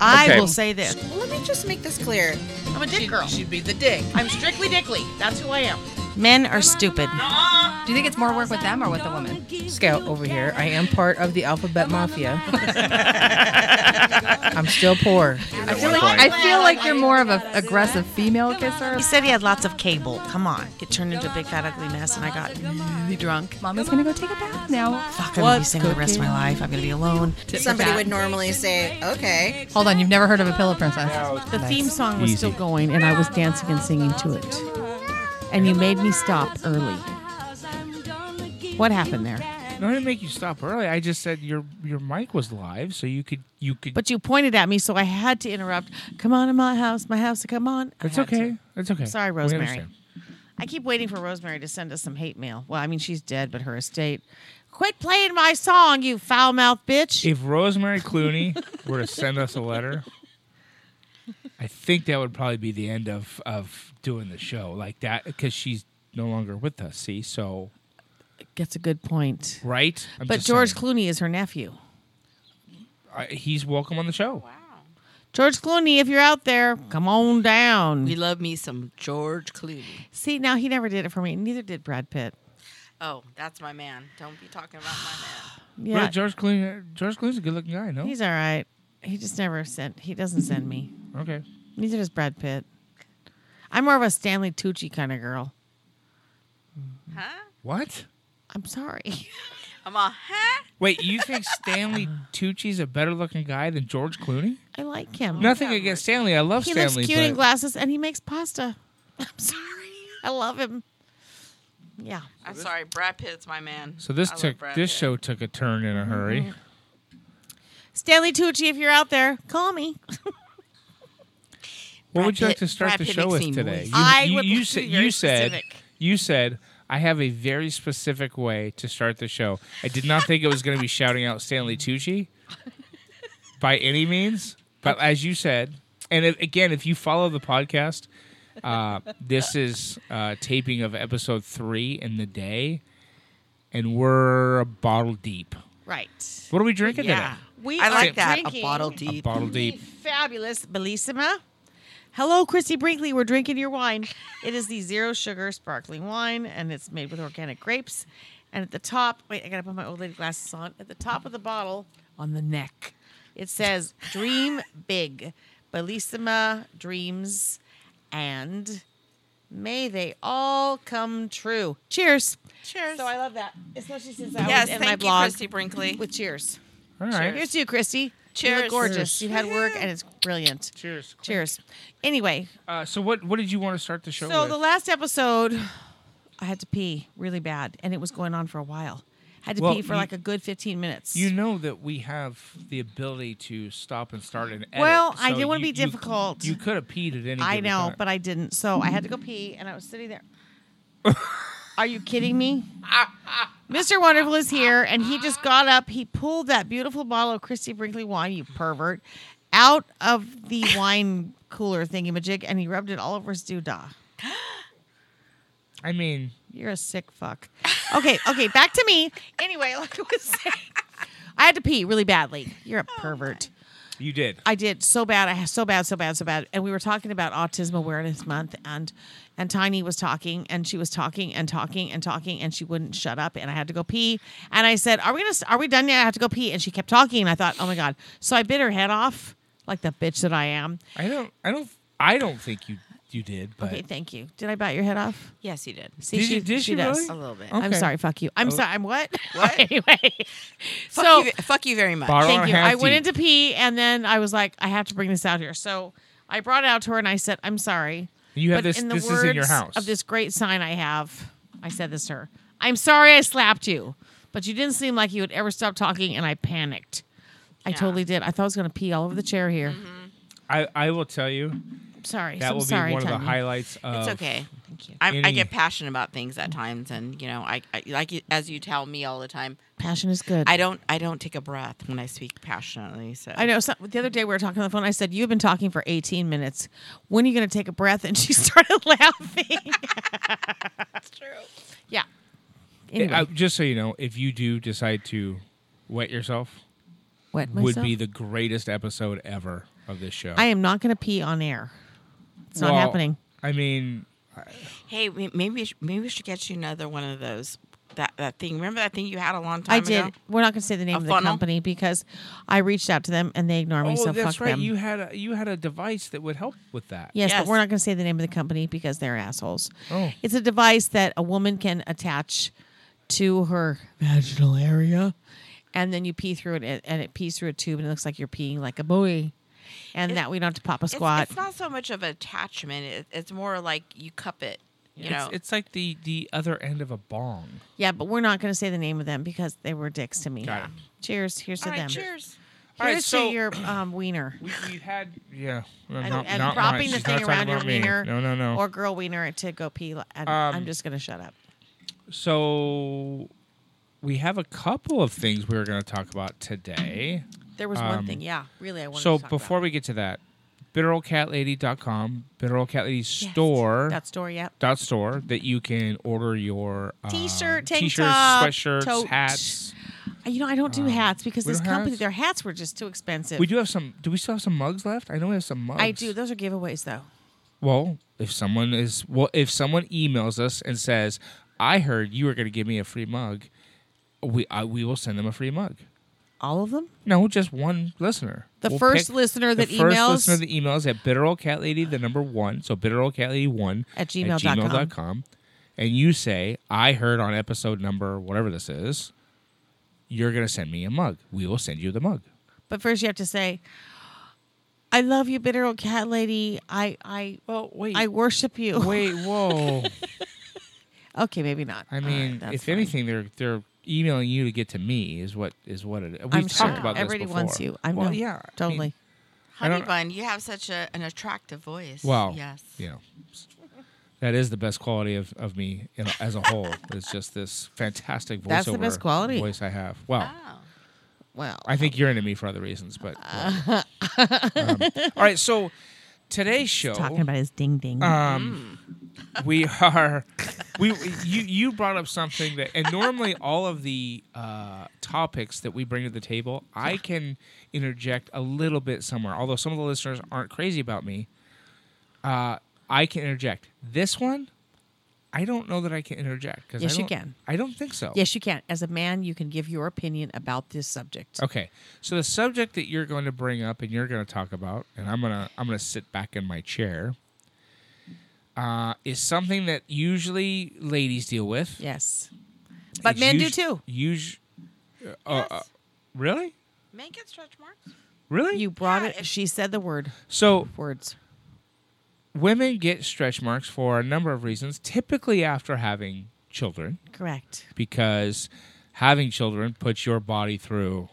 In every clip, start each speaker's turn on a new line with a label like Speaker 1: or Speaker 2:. Speaker 1: I
Speaker 2: Okay.
Speaker 1: will say this.
Speaker 3: Let me just make this clear.
Speaker 1: I'm a dick
Speaker 3: She'd-
Speaker 1: girl.
Speaker 3: She'd be the dick.
Speaker 1: I'm strictly dickly. That's who I am. Men are stupid.
Speaker 4: Do you think it's more work with them or with the women?
Speaker 5: Scout over here. I am part of the Alphabet Mafia. I'm still poor.
Speaker 4: I feel like I feel like you're more of an aggressive female kisser.
Speaker 1: He said he had lots of cable. Come on. It turned into a big fat ugly mess, and I got really drunk.
Speaker 4: Mommy's gonna go take a bath now.
Speaker 1: Fuck, I'm gonna be single the rest of my life. I'm gonna be alone.
Speaker 3: Somebody would normally say, okay.
Speaker 4: Hold on, you've never heard of a pillow princess.
Speaker 6: The theme song was still going, and I was dancing and singing to it. And you made me stop early. What happened there?
Speaker 2: No, I didn't make you stop early. I just said your your mic was live, so you could you could.
Speaker 6: But you pointed at me, so I had to interrupt. Come on to my house, my house, come on. I
Speaker 2: it's
Speaker 6: had to.
Speaker 2: okay. It's okay.
Speaker 6: Sorry,
Speaker 2: We
Speaker 6: Rosemary.
Speaker 2: understand.
Speaker 6: I keep waiting for Rosemary to send us some hate mail. Well, I mean, she's dead, but her estate. Quit playing my song, you foul mouth bitch.
Speaker 2: If Rosemary Clooney were to send us a letter, I think that would probably be the end of of doing the show like that because she's no longer with us. See, so
Speaker 6: That's a good point.
Speaker 2: right. I'm
Speaker 6: But
Speaker 2: just
Speaker 6: George
Speaker 2: saying.
Speaker 6: Clooney is her nephew.
Speaker 2: I- he's welcome on the show.
Speaker 6: George Clooney, if you're out there, come on down.
Speaker 7: We love me some George Clooney.
Speaker 6: See, now he never did it for me. Neither did Brad Pitt.
Speaker 7: Oh, that's my man. Don't be talking about my
Speaker 6: Yeah,
Speaker 2: Really, George Clooney. George Clooney's a good looking guy. No,
Speaker 6: he's all right. He just never sent. He doesn't send me.
Speaker 2: okay.
Speaker 6: Neither does Brad Pitt. I'm more of a Stanley Tucci kind of girl.
Speaker 7: man. Huh?
Speaker 2: What?
Speaker 6: I'm sorry.
Speaker 7: I'm a huh?
Speaker 2: Wait, you think Stanley Tucci's a better looking guy than George Clooney?
Speaker 6: I like him.
Speaker 2: Nothing against Stanley. I
Speaker 6: Oh,
Speaker 2: love
Speaker 6: he
Speaker 2: Stanley.
Speaker 6: looks cute in
Speaker 2: but-
Speaker 6: glasses and he makes pasta. I'm sorry. I love him. Yeah.
Speaker 7: I'm sorry, Brad Pitt's my man.
Speaker 2: So this
Speaker 7: I love
Speaker 2: took
Speaker 7: Brad
Speaker 2: this
Speaker 7: Pitt. Mm-hmm.
Speaker 2: show took a turn in a hurry.
Speaker 6: Stanley Tucci, if you're out there, call me.
Speaker 2: What would you like to
Speaker 7: Pitt-
Speaker 2: start
Speaker 7: Brad
Speaker 2: the
Speaker 7: Pitt
Speaker 2: show
Speaker 7: makes
Speaker 2: with
Speaker 7: me
Speaker 2: today?
Speaker 7: moist.
Speaker 2: You,
Speaker 6: I
Speaker 2: you-
Speaker 6: would
Speaker 2: you
Speaker 6: like to
Speaker 2: said
Speaker 6: be
Speaker 2: you
Speaker 6: very
Speaker 2: said
Speaker 6: specific.
Speaker 2: you said I have a very specific way to start the show. I did not think it was going to be shouting out Stanley Tucci by any means, but as you said, and if, again, if you follow the podcast, uh, this is uh, taping of episode three in the day, and we're a bottle deep.
Speaker 6: Right.
Speaker 2: What are we drinking
Speaker 6: Yeah. We
Speaker 7: I
Speaker 6: are
Speaker 7: like that.
Speaker 6: drinking
Speaker 7: A bottle
Speaker 2: today? A
Speaker 7: deep.
Speaker 2: bottle
Speaker 6: the
Speaker 2: deep.
Speaker 6: Fabulous Bellissima. Hello, Christy Brinkley. We're drinking your wine. It is the zero sugar sparkling wine, and it's made with organic grapes. And at the top, wait, I gotta put my old lady glasses on. At the top of the bottle, on the neck, it says "Dream Big," Bellissima dreams, and may they all come true. Cheers.
Speaker 7: Cheers.
Speaker 6: So I love that, especially since I
Speaker 7: yes,
Speaker 6: was in
Speaker 7: thank
Speaker 6: my
Speaker 7: you,
Speaker 6: blog
Speaker 7: Christy Brinkley.
Speaker 6: with cheers.
Speaker 2: All right.
Speaker 6: Here's to you, Christy. You look
Speaker 7: Cheers.
Speaker 6: gorgeous. You had work and it's brilliant.
Speaker 2: Cheers.
Speaker 6: Cheers. Anyway,
Speaker 2: Uh, so what what did you want to start the show
Speaker 6: so
Speaker 2: with?
Speaker 6: the last episode, I had to pee really bad and it was going on for a while. Had to
Speaker 2: Well,
Speaker 6: pee for
Speaker 2: you-
Speaker 6: like a good 15 minutes.
Speaker 2: You know that we have the ability to stop and start and edit.
Speaker 6: Well, I
Speaker 2: so
Speaker 6: didn't wanna
Speaker 2: you-
Speaker 6: be
Speaker 2: you-
Speaker 6: difficult.
Speaker 2: You, could have peed at any.
Speaker 6: I
Speaker 2: given
Speaker 6: know,
Speaker 2: time.
Speaker 6: but I didn't. So I had to go pee and I was sitting there. Are you kidding me? Mr. Wonderful is here and he just got up. He pulled that beautiful bottle of Christie Brinkley wine, you pervert, out of the wine cooler thingy-majig and he rubbed it all over his doodah.
Speaker 2: I mean,
Speaker 6: You're a sick fuck. Okay, okay, back to me. Anyway, like I was saying, I had to pee really badly. You're a pervert.
Speaker 2: you did.
Speaker 6: I did so bad. I so bad, so bad, so bad. And we were talking about Autism Awareness Month, and and Tiny was talking, and she was talking and talking and talking, and she wouldn't shut up. And I had to go pee. And I said, "Are we gonna? Are we done yet? I have to go pee." And she kept talking, and I thought, "Oh my god!" So I bit her head off, like the bitch that I am.
Speaker 2: I don't. I don't. I don't think you you did. But
Speaker 6: Okay, thank you. Did I bite your head off?
Speaker 7: Yes, he did.
Speaker 6: See,
Speaker 2: Did you- did she
Speaker 6: does.
Speaker 2: really?
Speaker 7: A little bit.
Speaker 6: I'm
Speaker 2: Okay. Oh.
Speaker 6: sorry. Fuck you. I'm sorry. I'm what?
Speaker 7: What?
Speaker 6: anyway,
Speaker 7: Fuck,
Speaker 6: so
Speaker 7: you, ve- fuck you very much.
Speaker 2: Bottle
Speaker 6: Thank
Speaker 2: and
Speaker 6: you.
Speaker 2: a half
Speaker 6: I went
Speaker 2: deep.
Speaker 6: into pee and then I was like, I have to bring this out here. So I brought it out to her and I said, I'm sorry.
Speaker 2: You have
Speaker 6: but
Speaker 2: this-
Speaker 6: In the
Speaker 2: this
Speaker 6: words
Speaker 2: is in your house.
Speaker 6: Of this great sign I have, I said this to her. I'm sorry I slapped you, but you didn't seem like you would ever stop talking, and I panicked. I totally did. I thought I was going to pee all over the chair here.
Speaker 7: Mm-hmm.
Speaker 2: I I will tell you
Speaker 6: I'm sorry.
Speaker 2: that
Speaker 6: I'm
Speaker 2: will be
Speaker 6: sorry,
Speaker 2: one of the
Speaker 6: Tanya.
Speaker 2: highlights. Of,
Speaker 7: It's okay.
Speaker 6: Thank you.
Speaker 7: I, I
Speaker 2: Any-
Speaker 7: get passionate about things at times, and you know, I, I like you, as you tell me all the time.
Speaker 6: Passion is good.
Speaker 7: I don't, I don't take a breath when I speak passionately. So
Speaker 6: I know. So, the other day we were talking on the phone. I said, "You've been talking for 18 minutes. When are you going to take a breath?" And she started laughing. That's true. Yeah. Anyway,
Speaker 2: Uh, just so you know, if you do decide to wet yourself,
Speaker 6: wet
Speaker 2: would
Speaker 6: myself.
Speaker 2: be the greatest episode ever. of this show.
Speaker 6: I am not going to pee on air. It's not
Speaker 2: Well,
Speaker 6: happening.
Speaker 2: I mean,
Speaker 7: Hey, we- maybe we should- maybe we should get you another one of those that that thing. Remember that thing you had a long time
Speaker 6: I did.
Speaker 7: ago?
Speaker 6: We're not going to say the name of the
Speaker 7: funnel?
Speaker 6: company because I reached out to them and they ignore me.
Speaker 2: oh,
Speaker 6: so
Speaker 2: that's
Speaker 6: fuck
Speaker 2: right.
Speaker 6: them.
Speaker 2: You had a, you had a device that would help with that.
Speaker 6: Yes,
Speaker 7: Yes.
Speaker 6: but we're not going to say the name of the company because they're assholes.
Speaker 2: Oh.
Speaker 6: It's a device that a woman can attach to her vaginal area, and then you pee through it, and it pees through a tube, and it looks like you're peeing like a buoy, and that we don't have to pop a
Speaker 7: It's-
Speaker 6: squat.
Speaker 7: It's, not so much of attachment. It, it's more like you cup it. You
Speaker 2: It's,
Speaker 7: know,
Speaker 2: it's like the the other end of a bong.
Speaker 6: yeah, but we're not going to say the name of them because they were dicks to me.
Speaker 2: Got it.
Speaker 6: Cheers. Here's to
Speaker 7: All right,
Speaker 6: them.
Speaker 7: cheers.
Speaker 2: All right,
Speaker 6: Here's
Speaker 2: so-
Speaker 6: to your um, wiener.
Speaker 2: We, we had yeah,
Speaker 6: And, and propping the thing around your wiener
Speaker 2: No, no, no.
Speaker 6: or girl wiener to go pee. li- And
Speaker 2: Um,
Speaker 6: I'm just going to shut up.
Speaker 2: so we have a couple of things we were going to talk about today.
Speaker 6: There was
Speaker 2: um,
Speaker 6: one thing. Yeah, really, I wanted
Speaker 2: So
Speaker 6: to talk
Speaker 2: before
Speaker 6: about.
Speaker 2: we get to that, bitteroldcatlady.com, bitter old cat lady store.
Speaker 6: That store, yeah.
Speaker 2: dot store that you can order your um,
Speaker 6: T-shirt, tank
Speaker 2: t-shirts,
Speaker 6: top,
Speaker 2: sweatshirts,
Speaker 6: tote.
Speaker 2: hats.
Speaker 6: Uh, You know, I don't do hats because
Speaker 2: Um, we
Speaker 6: this
Speaker 2: don't
Speaker 6: company,
Speaker 2: hats?
Speaker 6: their hats were just too expensive.
Speaker 2: We do have some. Do we still have some mugs left? I know we have some mugs.
Speaker 6: I do. Those are giveaways, though.
Speaker 2: Well, if someone is well, if someone emails us and says, "I heard you were going to give me a free mug," we I, we will send them a free mug.
Speaker 6: All of them?
Speaker 2: No, just one listener.
Speaker 6: The
Speaker 2: We'll
Speaker 6: first
Speaker 2: pick-
Speaker 6: listener that
Speaker 2: the first
Speaker 6: emails-
Speaker 2: listener that emails at bitter old cat lady the number one. So bitter old cat lady one
Speaker 6: At gmail dot com.
Speaker 2: dot com, and you say I heard on episode number whatever this is, you're gonna send me a mug. We will send you the mug.
Speaker 6: But first, you have to say, I love you, bitter old cat lady. I, I,
Speaker 2: Well, wait,
Speaker 6: I worship you.
Speaker 2: wait, whoa.
Speaker 6: Okay, maybe not.
Speaker 2: I mean,
Speaker 6: that's
Speaker 2: if
Speaker 6: fine.
Speaker 2: anything, they're they're emailing you to get to me is what is what it. We've
Speaker 6: I'm
Speaker 2: talked
Speaker 6: sure
Speaker 2: about this
Speaker 6: everybody
Speaker 2: before.
Speaker 6: wants you. I know.
Speaker 2: Well, yeah, I mean,
Speaker 6: totally.
Speaker 2: I don't-
Speaker 7: Honey bun, you have such a, an attractive voice.
Speaker 2: Well,
Speaker 7: yes.
Speaker 2: you know, that is the best quality of, of me in, as a whole. it's just this fantastic voiceover.
Speaker 6: That's the best quality.
Speaker 2: voice I have. Well,
Speaker 7: Oh.
Speaker 6: well,
Speaker 2: I think you're into me for other reasons, but whatever. Um, all right. So today's show,
Speaker 6: talking about his ding ding.
Speaker 2: um, we are we you you brought up something that and normally all of the uh, topics that we bring to the table i can interject a little bit somewhere although some of the listeners aren't crazy about me uh, i can interject this one i don't know that i can interject because
Speaker 6: Yes, you can.
Speaker 2: i don't think so
Speaker 6: yes, you can. As a man, you can give your opinion about this subject.
Speaker 2: Okay, so the subject that you're going to bring up and you're going to talk about, and I'm gonna I'm gonna sit back in my chair, uh, is something that usually ladies deal with.
Speaker 6: Yes. But
Speaker 2: It's
Speaker 6: men do
Speaker 2: usu-
Speaker 6: too.
Speaker 2: usu- uh, uh, really,
Speaker 7: Men get stretch marks.
Speaker 2: really.
Speaker 6: You brought
Speaker 7: Yeah,
Speaker 6: it.
Speaker 7: if-
Speaker 6: She said the word.
Speaker 2: so
Speaker 6: Words.
Speaker 2: women get stretch marks for a number of reasons, typically after having children,
Speaker 6: Correct.
Speaker 2: because having children puts your body through.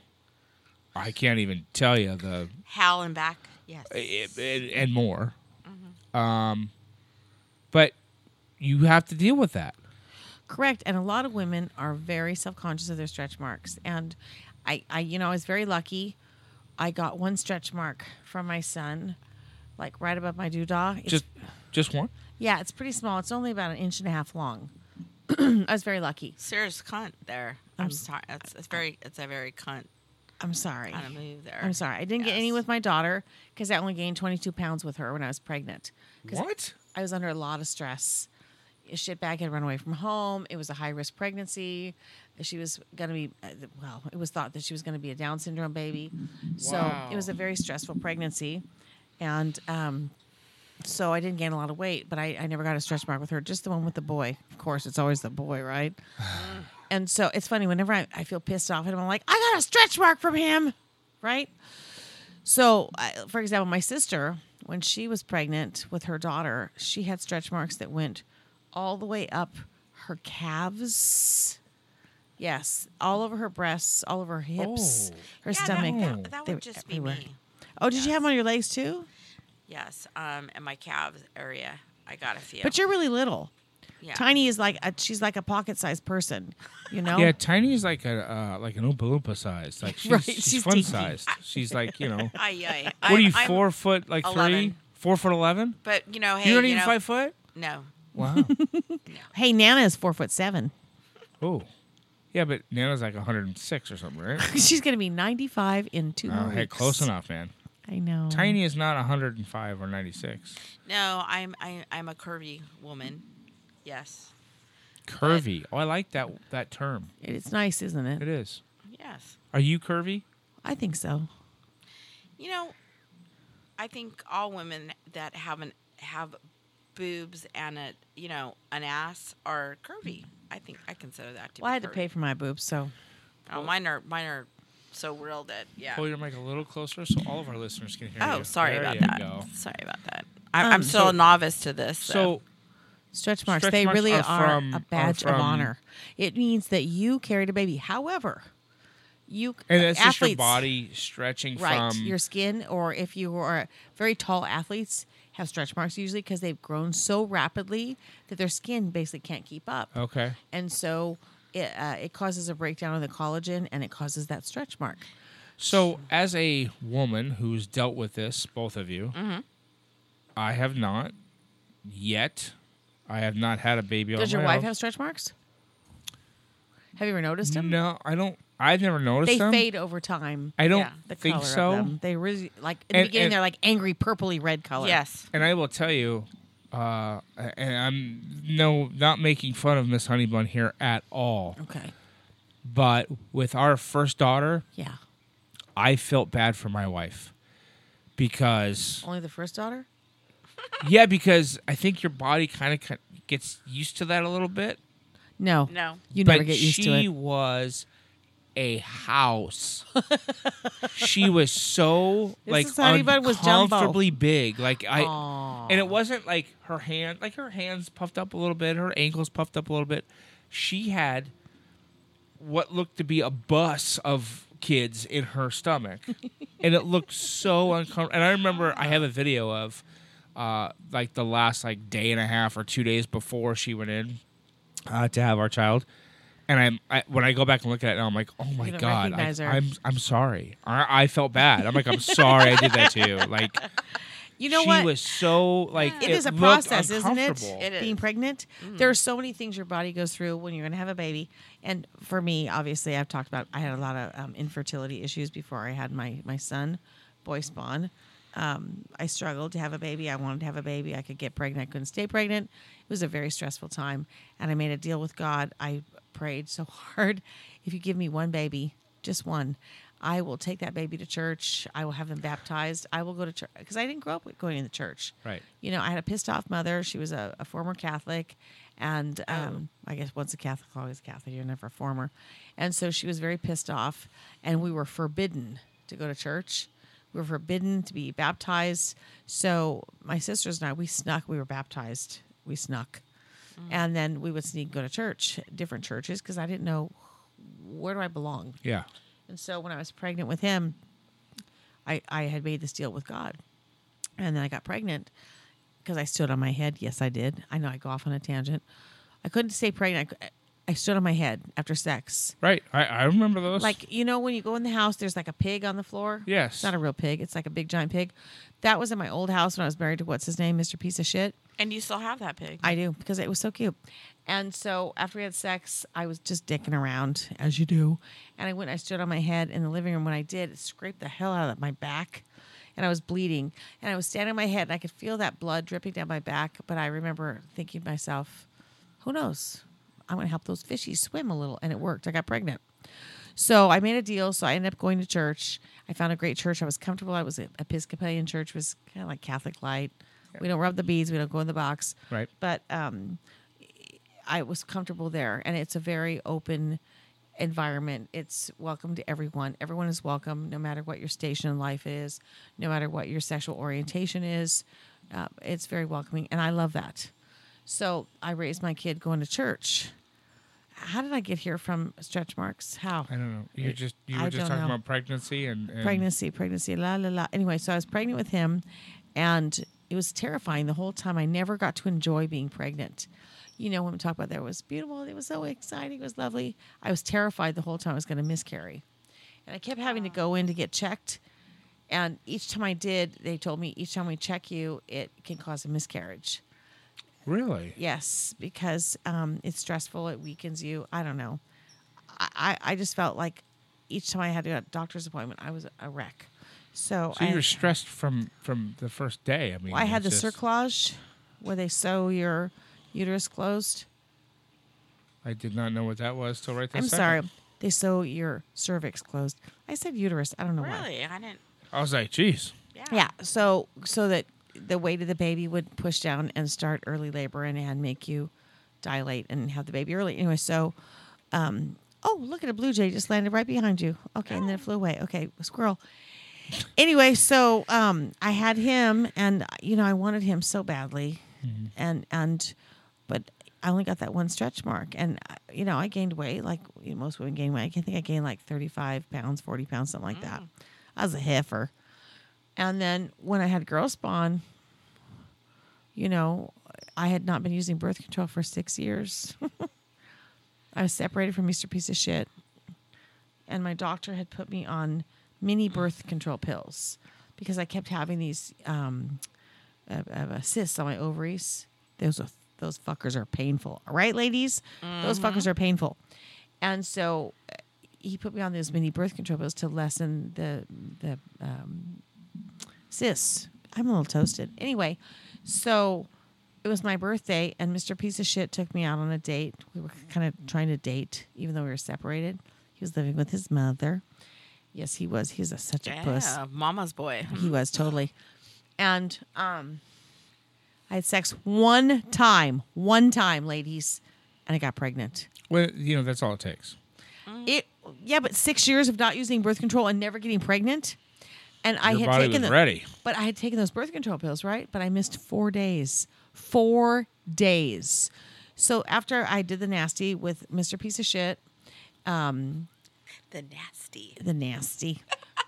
Speaker 2: I can't even tell you the
Speaker 7: Howl and back. Yes.
Speaker 2: it- it- and more. Um,
Speaker 6: Mm-hmm.
Speaker 2: but you have to deal with that.
Speaker 6: Correct. And a lot of women are very self conscious of their stretch marks. And I, I, you know, I was very lucky. I got one stretch mark from my son, like right above my doodah. It's,
Speaker 2: Just, just one.
Speaker 6: yeah, it's pretty small. It's only about an inch and a half long. I was very lucky.
Speaker 7: Serious cunt there. I'm sorry. It's, it's very. It's a very cunt
Speaker 6: I'm sorry.
Speaker 7: kind of move there.
Speaker 6: I'm sorry. I didn't get any
Speaker 7: Yes.
Speaker 6: with my daughter because I only gained 22 pounds with her when I was pregnant. 'Cause
Speaker 2: What?
Speaker 6: I was under a lot of stress. Shitbag had run away from home. It was a high risk pregnancy. She was going to be, uh, well, it was thought that she was going to be a Down syndrome baby. So it was a very stressful pregnancy. And um, so I didn't gain a lot of weight, but I, I never got a stretch mark with her, just the one with the boy. Of course, it's always the boy, right? and so it's funny, whenever I, I feel pissed off at him, I'm like, I got a stretch mark from him, right? So, I, for example, my sister, when she was pregnant with her daughter, she had stretch marks that went all the way up her calves. Yes, all over her breasts, all over her hips,
Speaker 2: Oh.
Speaker 6: her
Speaker 7: Yeah, that-
Speaker 6: stomach.
Speaker 7: That, that,
Speaker 6: They
Speaker 7: would
Speaker 6: were
Speaker 7: just be
Speaker 6: everywhere.
Speaker 7: me.
Speaker 6: Oh, did you have them on your legs too?
Speaker 7: Yes. Um. And my calves area. I got a few.
Speaker 6: But you're really little.
Speaker 7: yeah.
Speaker 6: Tiny is like a, she's like a pocket-sized person, you know.
Speaker 2: Yeah, Tiny is like a uh, like an Oompa Loompa size. Like she's,
Speaker 6: Right,
Speaker 2: she's,
Speaker 6: she's
Speaker 2: fun
Speaker 6: dinky.
Speaker 2: sized. She's like you know.
Speaker 7: Ay, ay.
Speaker 2: What are you
Speaker 7: I'm-
Speaker 2: 4 foot like
Speaker 7: 11.
Speaker 2: three? Four foot eleven?
Speaker 7: But you know, hey,
Speaker 2: you don't even
Speaker 7: know,
Speaker 2: five foot?
Speaker 7: No.
Speaker 2: Wow.
Speaker 6: Hey, Nana is four foot seven.
Speaker 2: oh. Yeah, but Nana's like 106 or something, right?
Speaker 6: She's gonna be ninety-five in two
Speaker 2: Wow,
Speaker 6: more
Speaker 2: hey,
Speaker 6: weeks.
Speaker 2: close enough, man.
Speaker 6: I know.
Speaker 2: Tiny is not 105 or 96.
Speaker 7: No, I'm I, I'm a curvy woman. Yes.
Speaker 2: Curvy. Oh, I like that that term.
Speaker 6: It's nice, isn't
Speaker 2: It
Speaker 6: it?
Speaker 2: is.
Speaker 7: Yes.
Speaker 2: Are you curvy?
Speaker 6: I think so.
Speaker 7: You know, I think all women that have an have boobs and a you know an ass are curvy. I think I consider that to
Speaker 6: Well,
Speaker 7: be
Speaker 6: I had to
Speaker 7: curvy.
Speaker 6: pay for my boobs, so
Speaker 7: Oh, mine are mine are so real that yeah.
Speaker 2: Pull your mic a little closer so all of our listeners can hear you.
Speaker 7: Oh, sorry
Speaker 2: There
Speaker 7: about
Speaker 2: you
Speaker 7: that.
Speaker 2: go.
Speaker 7: Sorry about that. I'm,
Speaker 6: Um,
Speaker 7: I'm still
Speaker 2: so-
Speaker 7: a novice to this.
Speaker 2: So,
Speaker 6: stretch marks.
Speaker 2: Stretch
Speaker 6: they
Speaker 2: marks
Speaker 6: really
Speaker 2: are
Speaker 6: are,
Speaker 2: from- are
Speaker 6: a badge
Speaker 2: from-
Speaker 6: of honor. It means that you carried a baby. However, you
Speaker 2: and that's just your
Speaker 6: athletes-
Speaker 2: body stretching
Speaker 6: right?
Speaker 2: from
Speaker 6: your skin, or if you are very tall athletes, have stretch marks usually because they've grown so rapidly that their skin basically can't keep up.
Speaker 2: Okay.
Speaker 6: and so it uh, it causes a breakdown in the collagen, and it causes that stretch mark.
Speaker 2: So, as a woman who's dealt with this, both of you,
Speaker 6: Mm-hmm.
Speaker 2: I have not yet. I have not had a baby.
Speaker 6: Does your
Speaker 2: on my
Speaker 6: wife
Speaker 2: own.
Speaker 6: have stretch marks? Have you ever noticed them?
Speaker 2: No, I don't. I've never noticed
Speaker 6: they
Speaker 2: them.
Speaker 6: fade over time.
Speaker 2: I don't
Speaker 7: Yeah,
Speaker 6: the
Speaker 2: think
Speaker 6: color
Speaker 2: so.
Speaker 6: Of them. They really like in
Speaker 2: And-
Speaker 6: the beginning
Speaker 2: and-
Speaker 6: they're like angry purpley red color.
Speaker 7: yes.
Speaker 2: And I will tell you, uh, and I'm no not making fun of Miss Honeybun here at all.
Speaker 6: Okay.
Speaker 2: But with our first daughter,
Speaker 6: Yeah.
Speaker 2: I felt bad for my wife because
Speaker 6: Only the first daughter.
Speaker 2: yeah, because I think your body kind of gets used to that a little bit.
Speaker 6: No.
Speaker 7: No.
Speaker 6: You
Speaker 2: but
Speaker 6: never get used
Speaker 2: she
Speaker 6: to it.
Speaker 2: was a house. she was so
Speaker 6: This
Speaker 2: like
Speaker 6: is Honey Bun was Jumbo.
Speaker 2: uncomfortably big. Like I,
Speaker 6: Aw.
Speaker 2: and it wasn't like her hand, like her hands puffed up a little bit, her ankles puffed up a little bit. She had what looked to be a bus of kids in her stomach, and it looked so uncomfortable. And I remember I have a video of. Uh, like the last like day and a half or two days before she went in uh, to have our child. And I'm I, when I go back and look at it now, I'm like, oh my
Speaker 6: don't
Speaker 2: god, I,
Speaker 6: recognize her.
Speaker 2: I'm I'm sorry. I, I felt bad. I'm like, I'm sorry, I did that to you. Like,
Speaker 6: You know
Speaker 2: she
Speaker 6: what?
Speaker 2: was so like,
Speaker 6: it is a
Speaker 2: looked
Speaker 6: process, isn't it?
Speaker 2: uncomfortable. Mm-hmm.
Speaker 7: It is.
Speaker 6: Being pregnant, there are so many things your body goes through when you're going to have a baby. And for me, obviously, I've talked about I had a lot of um, infertility issues before I had my my son, boy spawn. Um, I struggled to have a baby. I wanted to have a baby. I could get pregnant. I couldn't stay pregnant. It was a very stressful time, and I made a deal with God. I prayed so hard. If you give me one baby, just one. I will take that baby to church. I will have them baptized. I will go to church because I didn't grow up with going to the church
Speaker 2: Right.
Speaker 6: you know, I had a pissed off mother. She was a, a former Catholic. And um, I guess once a Catholic, always a Catholic. You're never a former. And so she was very pissed off. And we were forbidden to go to church. We were forbidden to be baptized. So my sisters and I, we snuck. We were baptized. We snuck. And then we would sneak go to church, different churches, because I didn't know where do I belong.
Speaker 2: Yeah.
Speaker 6: And so when I was pregnant with him, I, I had made this deal with God. And then I got pregnant because I stood on my head. Yes, I did. I know I go off on a tangent. I couldn't stay pregnant. I, I stood on my head after sex.
Speaker 2: Right. I, I remember those.
Speaker 6: Like, you know, when you go in the house, there's like a pig on the floor.
Speaker 2: Yes.
Speaker 6: It's not a real pig, it's like a big giant pig. That was in my old house when I was married to what's his name, Mr. Piece of Shit.
Speaker 7: And you still have that pig.
Speaker 6: I do because it was so cute. And so after we had sex, I was just dicking around as you do, and I went. and I stood on my head in the living room. When I did, it scraped the hell out of my back, and I was bleeding. And I was standing on my head, and I could feel that blood dripping down my back. But I remember thinking to myself, "Who knows? I'm going to help those fishies swim a little." And it worked. I got pregnant. So I made a deal. So I ended up going to church. I found a great church. I was comfortable. I was an Episcopalian church. It was kind of like Catholic light. We don't rub the beads. We don't go in the box.
Speaker 2: Right.
Speaker 6: But um, I was comfortable there, and it's a very open environment. It's welcome to everyone. Everyone is welcome, no matter what your station in life is, no matter what your sexual orientation is. Uh, it's very welcoming, and I love that. So I raised my kid going to church. How did I get here from stretch marks? How?
Speaker 2: I don't know. You're just you were
Speaker 6: I
Speaker 2: just
Speaker 6: don't
Speaker 2: talking
Speaker 6: know.
Speaker 2: about pregnancy and, and
Speaker 6: pregnancy, pregnancy, la la la. Anyway, so I was pregnant with him, and it was terrifying the whole time. I never got to enjoy being pregnant. You know, when we talk about that, it was beautiful. It was so exciting. It was lovely. I was terrified the whole time I was going to miscarry, and I kept having to go in to get checked. And each time I did, they told me each time we check you, it can cause a miscarriage.
Speaker 2: Really.
Speaker 6: Yes, because um, it's stressful. It weakens you. I don't know. I, I I just felt like each time I had to go to a doctor's appointment, I was a wreck. So,
Speaker 2: So
Speaker 6: I,
Speaker 2: you were stressed from from the first day. I mean,
Speaker 6: I had the
Speaker 2: it's just-
Speaker 6: cerclage where they sew your uterus closed.
Speaker 2: I did not know what that was till right. This
Speaker 6: I'm
Speaker 2: second.
Speaker 6: sorry. They sew your cervix closed. I said uterus. I don't know why.
Speaker 7: Really? I didn't.
Speaker 2: I was like, "Jeez,
Speaker 7: Yeah.
Speaker 6: Yeah. So so that the weight of the baby would push down and start early labor and, and make you dilate and have the baby early. Anyway, so um oh look at a blue jay just landed right behind you. Okay, and then it flew away. Okay, squirrel. Anyway, so um I had him and you know, I wanted him so badly. And and but I only got that one stretch mark, and uh, you know I gained weight like you know, most women gain weight. I think I gained like thirty-five pounds, forty pounds, something like that. I was a heifer. And then when I had girl spawn, you know, I had not been using birth control for six years. I was separated from Mr. Piece of Shit. And my doctor had put me on mini birth control pills because I kept having these um, uh, uh, cysts on my ovaries. Those, are- those fuckers are painful. All right, ladies? Those fuckers are painful. And so uh, he put me on those mini birth control pills to lessen the, the sis, I'm a little toasted. Anyway, so it was my birthday, and Mr. Piece of Shit took me out on a date. We were kind of trying to date, even though we were separated. He was living with his mother. Yes, he was. He was a, such a puss.
Speaker 7: Yeah, mama's boy.
Speaker 6: He was totally. And um, I had sex one time, one time, ladies, and I got pregnant.
Speaker 2: well, you know that's all it takes." Mm.
Speaker 6: It yeah, but six years of not using birth control and never getting pregnant, and I
Speaker 2: Your
Speaker 6: had
Speaker 2: body
Speaker 6: taken
Speaker 2: was
Speaker 6: the-
Speaker 2: ready.
Speaker 6: But I had taken those birth control pills, right? But I missed four days, four days. So after I did the nasty with Mr. Piece of Shit,
Speaker 7: The nasty.
Speaker 6: the nasty.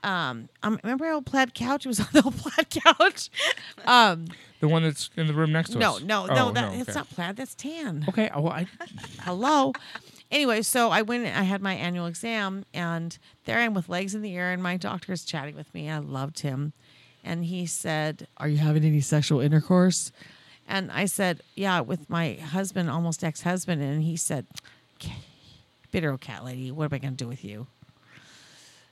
Speaker 6: Um, um, remember our old plaid couch? It was on the old plaid couch. Um,
Speaker 2: The one that's in the room next to
Speaker 6: no,
Speaker 2: us.
Speaker 6: no,
Speaker 2: Oh,
Speaker 6: no, that,
Speaker 2: okay.
Speaker 6: it's not plaid. That's tan.
Speaker 2: Okay, oh, well, I,
Speaker 6: hello. Anyway, so I went. I had my annual exam, and there I am with legs in the air, and my doctor is chatting with me. I loved him, and he said, "Are you having any sexual intercourse?" And I said, "Yeah, with my husband, almost ex-husband." And he said, "K- "Bitter old cat lady, what am I going to do with you?"